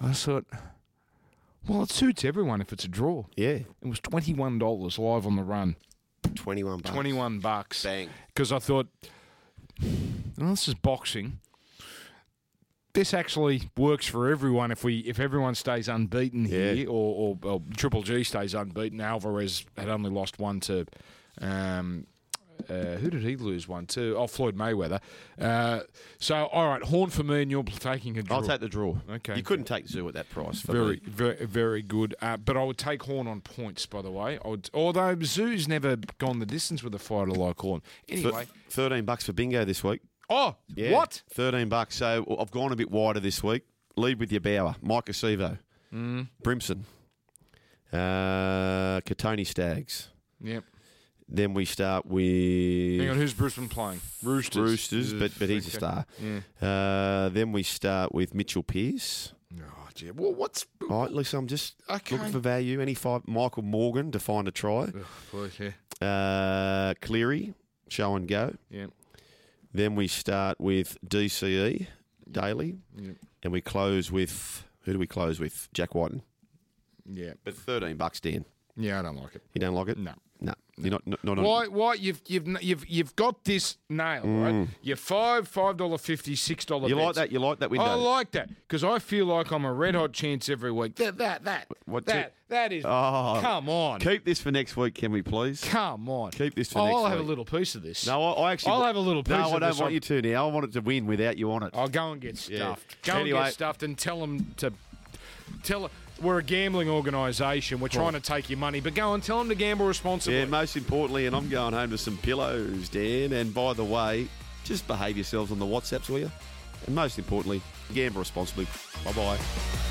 Speaker 1: I thought, well, it suits everyone if it's a draw.
Speaker 2: Yeah,
Speaker 1: it was twenty one dollars live on the run.
Speaker 2: Twenty one bucks.
Speaker 1: Twenty one bucks.
Speaker 2: Bang.
Speaker 1: Because I thought, well, this is boxing. This actually works for everyone if we if everyone stays unbeaten here, or, or, or Triple G stays unbeaten. Alvarez had only lost one to, um, uh, who did he lose one to? Oh, Floyd Mayweather. Uh, so all right, Horn for me, and you're taking a draw.
Speaker 2: I'll take the draw.
Speaker 1: Okay,
Speaker 2: you couldn't take Zoo at that price. For
Speaker 1: very,
Speaker 2: me.
Speaker 1: very, very good. Uh, but I would take Horn on points, by the way. I would, although Zoo's never gone the distance with a fighter like Horn. Anyway,
Speaker 2: Thir- thirteen bucks for bingo this week.
Speaker 1: oh,
Speaker 2: Yeah,
Speaker 1: what?
Speaker 2: Thirteen bucks. So I've gone a bit wider this week. Lead with your Bauer, Mike Acevo,
Speaker 1: Mm.
Speaker 2: Brimson, uh, Katoni Staggs.
Speaker 1: Yep.
Speaker 2: Then we start with
Speaker 1: Hang on, who's Brisbane playing? Roosters.
Speaker 2: Roosters, but but he's a
Speaker 1: Okay.
Speaker 2: star.
Speaker 1: Yeah.
Speaker 2: Uh, then we start with Mitchell Pearce.
Speaker 1: Oh, gee. Well, what's
Speaker 2: All right, Lisa, I'm just
Speaker 1: Okay.
Speaker 2: looking for value. Any five? Michael Morgan to find a try.
Speaker 1: yeah.
Speaker 2: Uh, Cleary, show and go.
Speaker 1: Yeah.
Speaker 2: Then we start with DCE daily,
Speaker 1: Yep.
Speaker 2: and we close with who do we close with? Jack Whiten.
Speaker 1: Yeah.
Speaker 2: But thirteen bucks, Dan.
Speaker 1: Yeah, I don't like it.
Speaker 2: You don't like it?
Speaker 1: No.
Speaker 2: No. You're not not, not on.
Speaker 1: Why? Why you've you've n- you've you've got this nailed, right?
Speaker 2: Mm.
Speaker 1: You're five five dollar fifty six dollar.
Speaker 2: You like that? You like that window?
Speaker 1: I like that because I feel like I'm a red hot chance every week. That that that
Speaker 2: What
Speaker 1: that
Speaker 2: tip?
Speaker 1: that is.
Speaker 2: Oh,
Speaker 1: come on,
Speaker 2: Keep this for next week, can we please?
Speaker 1: Come on.
Speaker 2: Keep this for
Speaker 1: Oh,
Speaker 2: next
Speaker 1: I'll have a
Speaker 2: week.
Speaker 1: little piece of this.
Speaker 2: No, I, I actually.
Speaker 1: I'll have a little piece.
Speaker 2: No,
Speaker 1: of
Speaker 2: I don't
Speaker 1: this.
Speaker 2: want
Speaker 1: I'm-
Speaker 2: you to now. I want it to win without you on it.
Speaker 1: I'll Oh, go and get
Speaker 2: Yeah.
Speaker 1: stuffed. Go and
Speaker 2: Anyway.
Speaker 1: get stuffed and tell them to tell. We're a gambling organisation. We're trying to take your money, but go and tell them to gamble responsibly.
Speaker 2: Yeah, most importantly, and I'm going home to some pillows, Dan. And by the way, just behave yourselves on the WhatsApps, will you? And most importantly, gamble responsibly. Bye bye.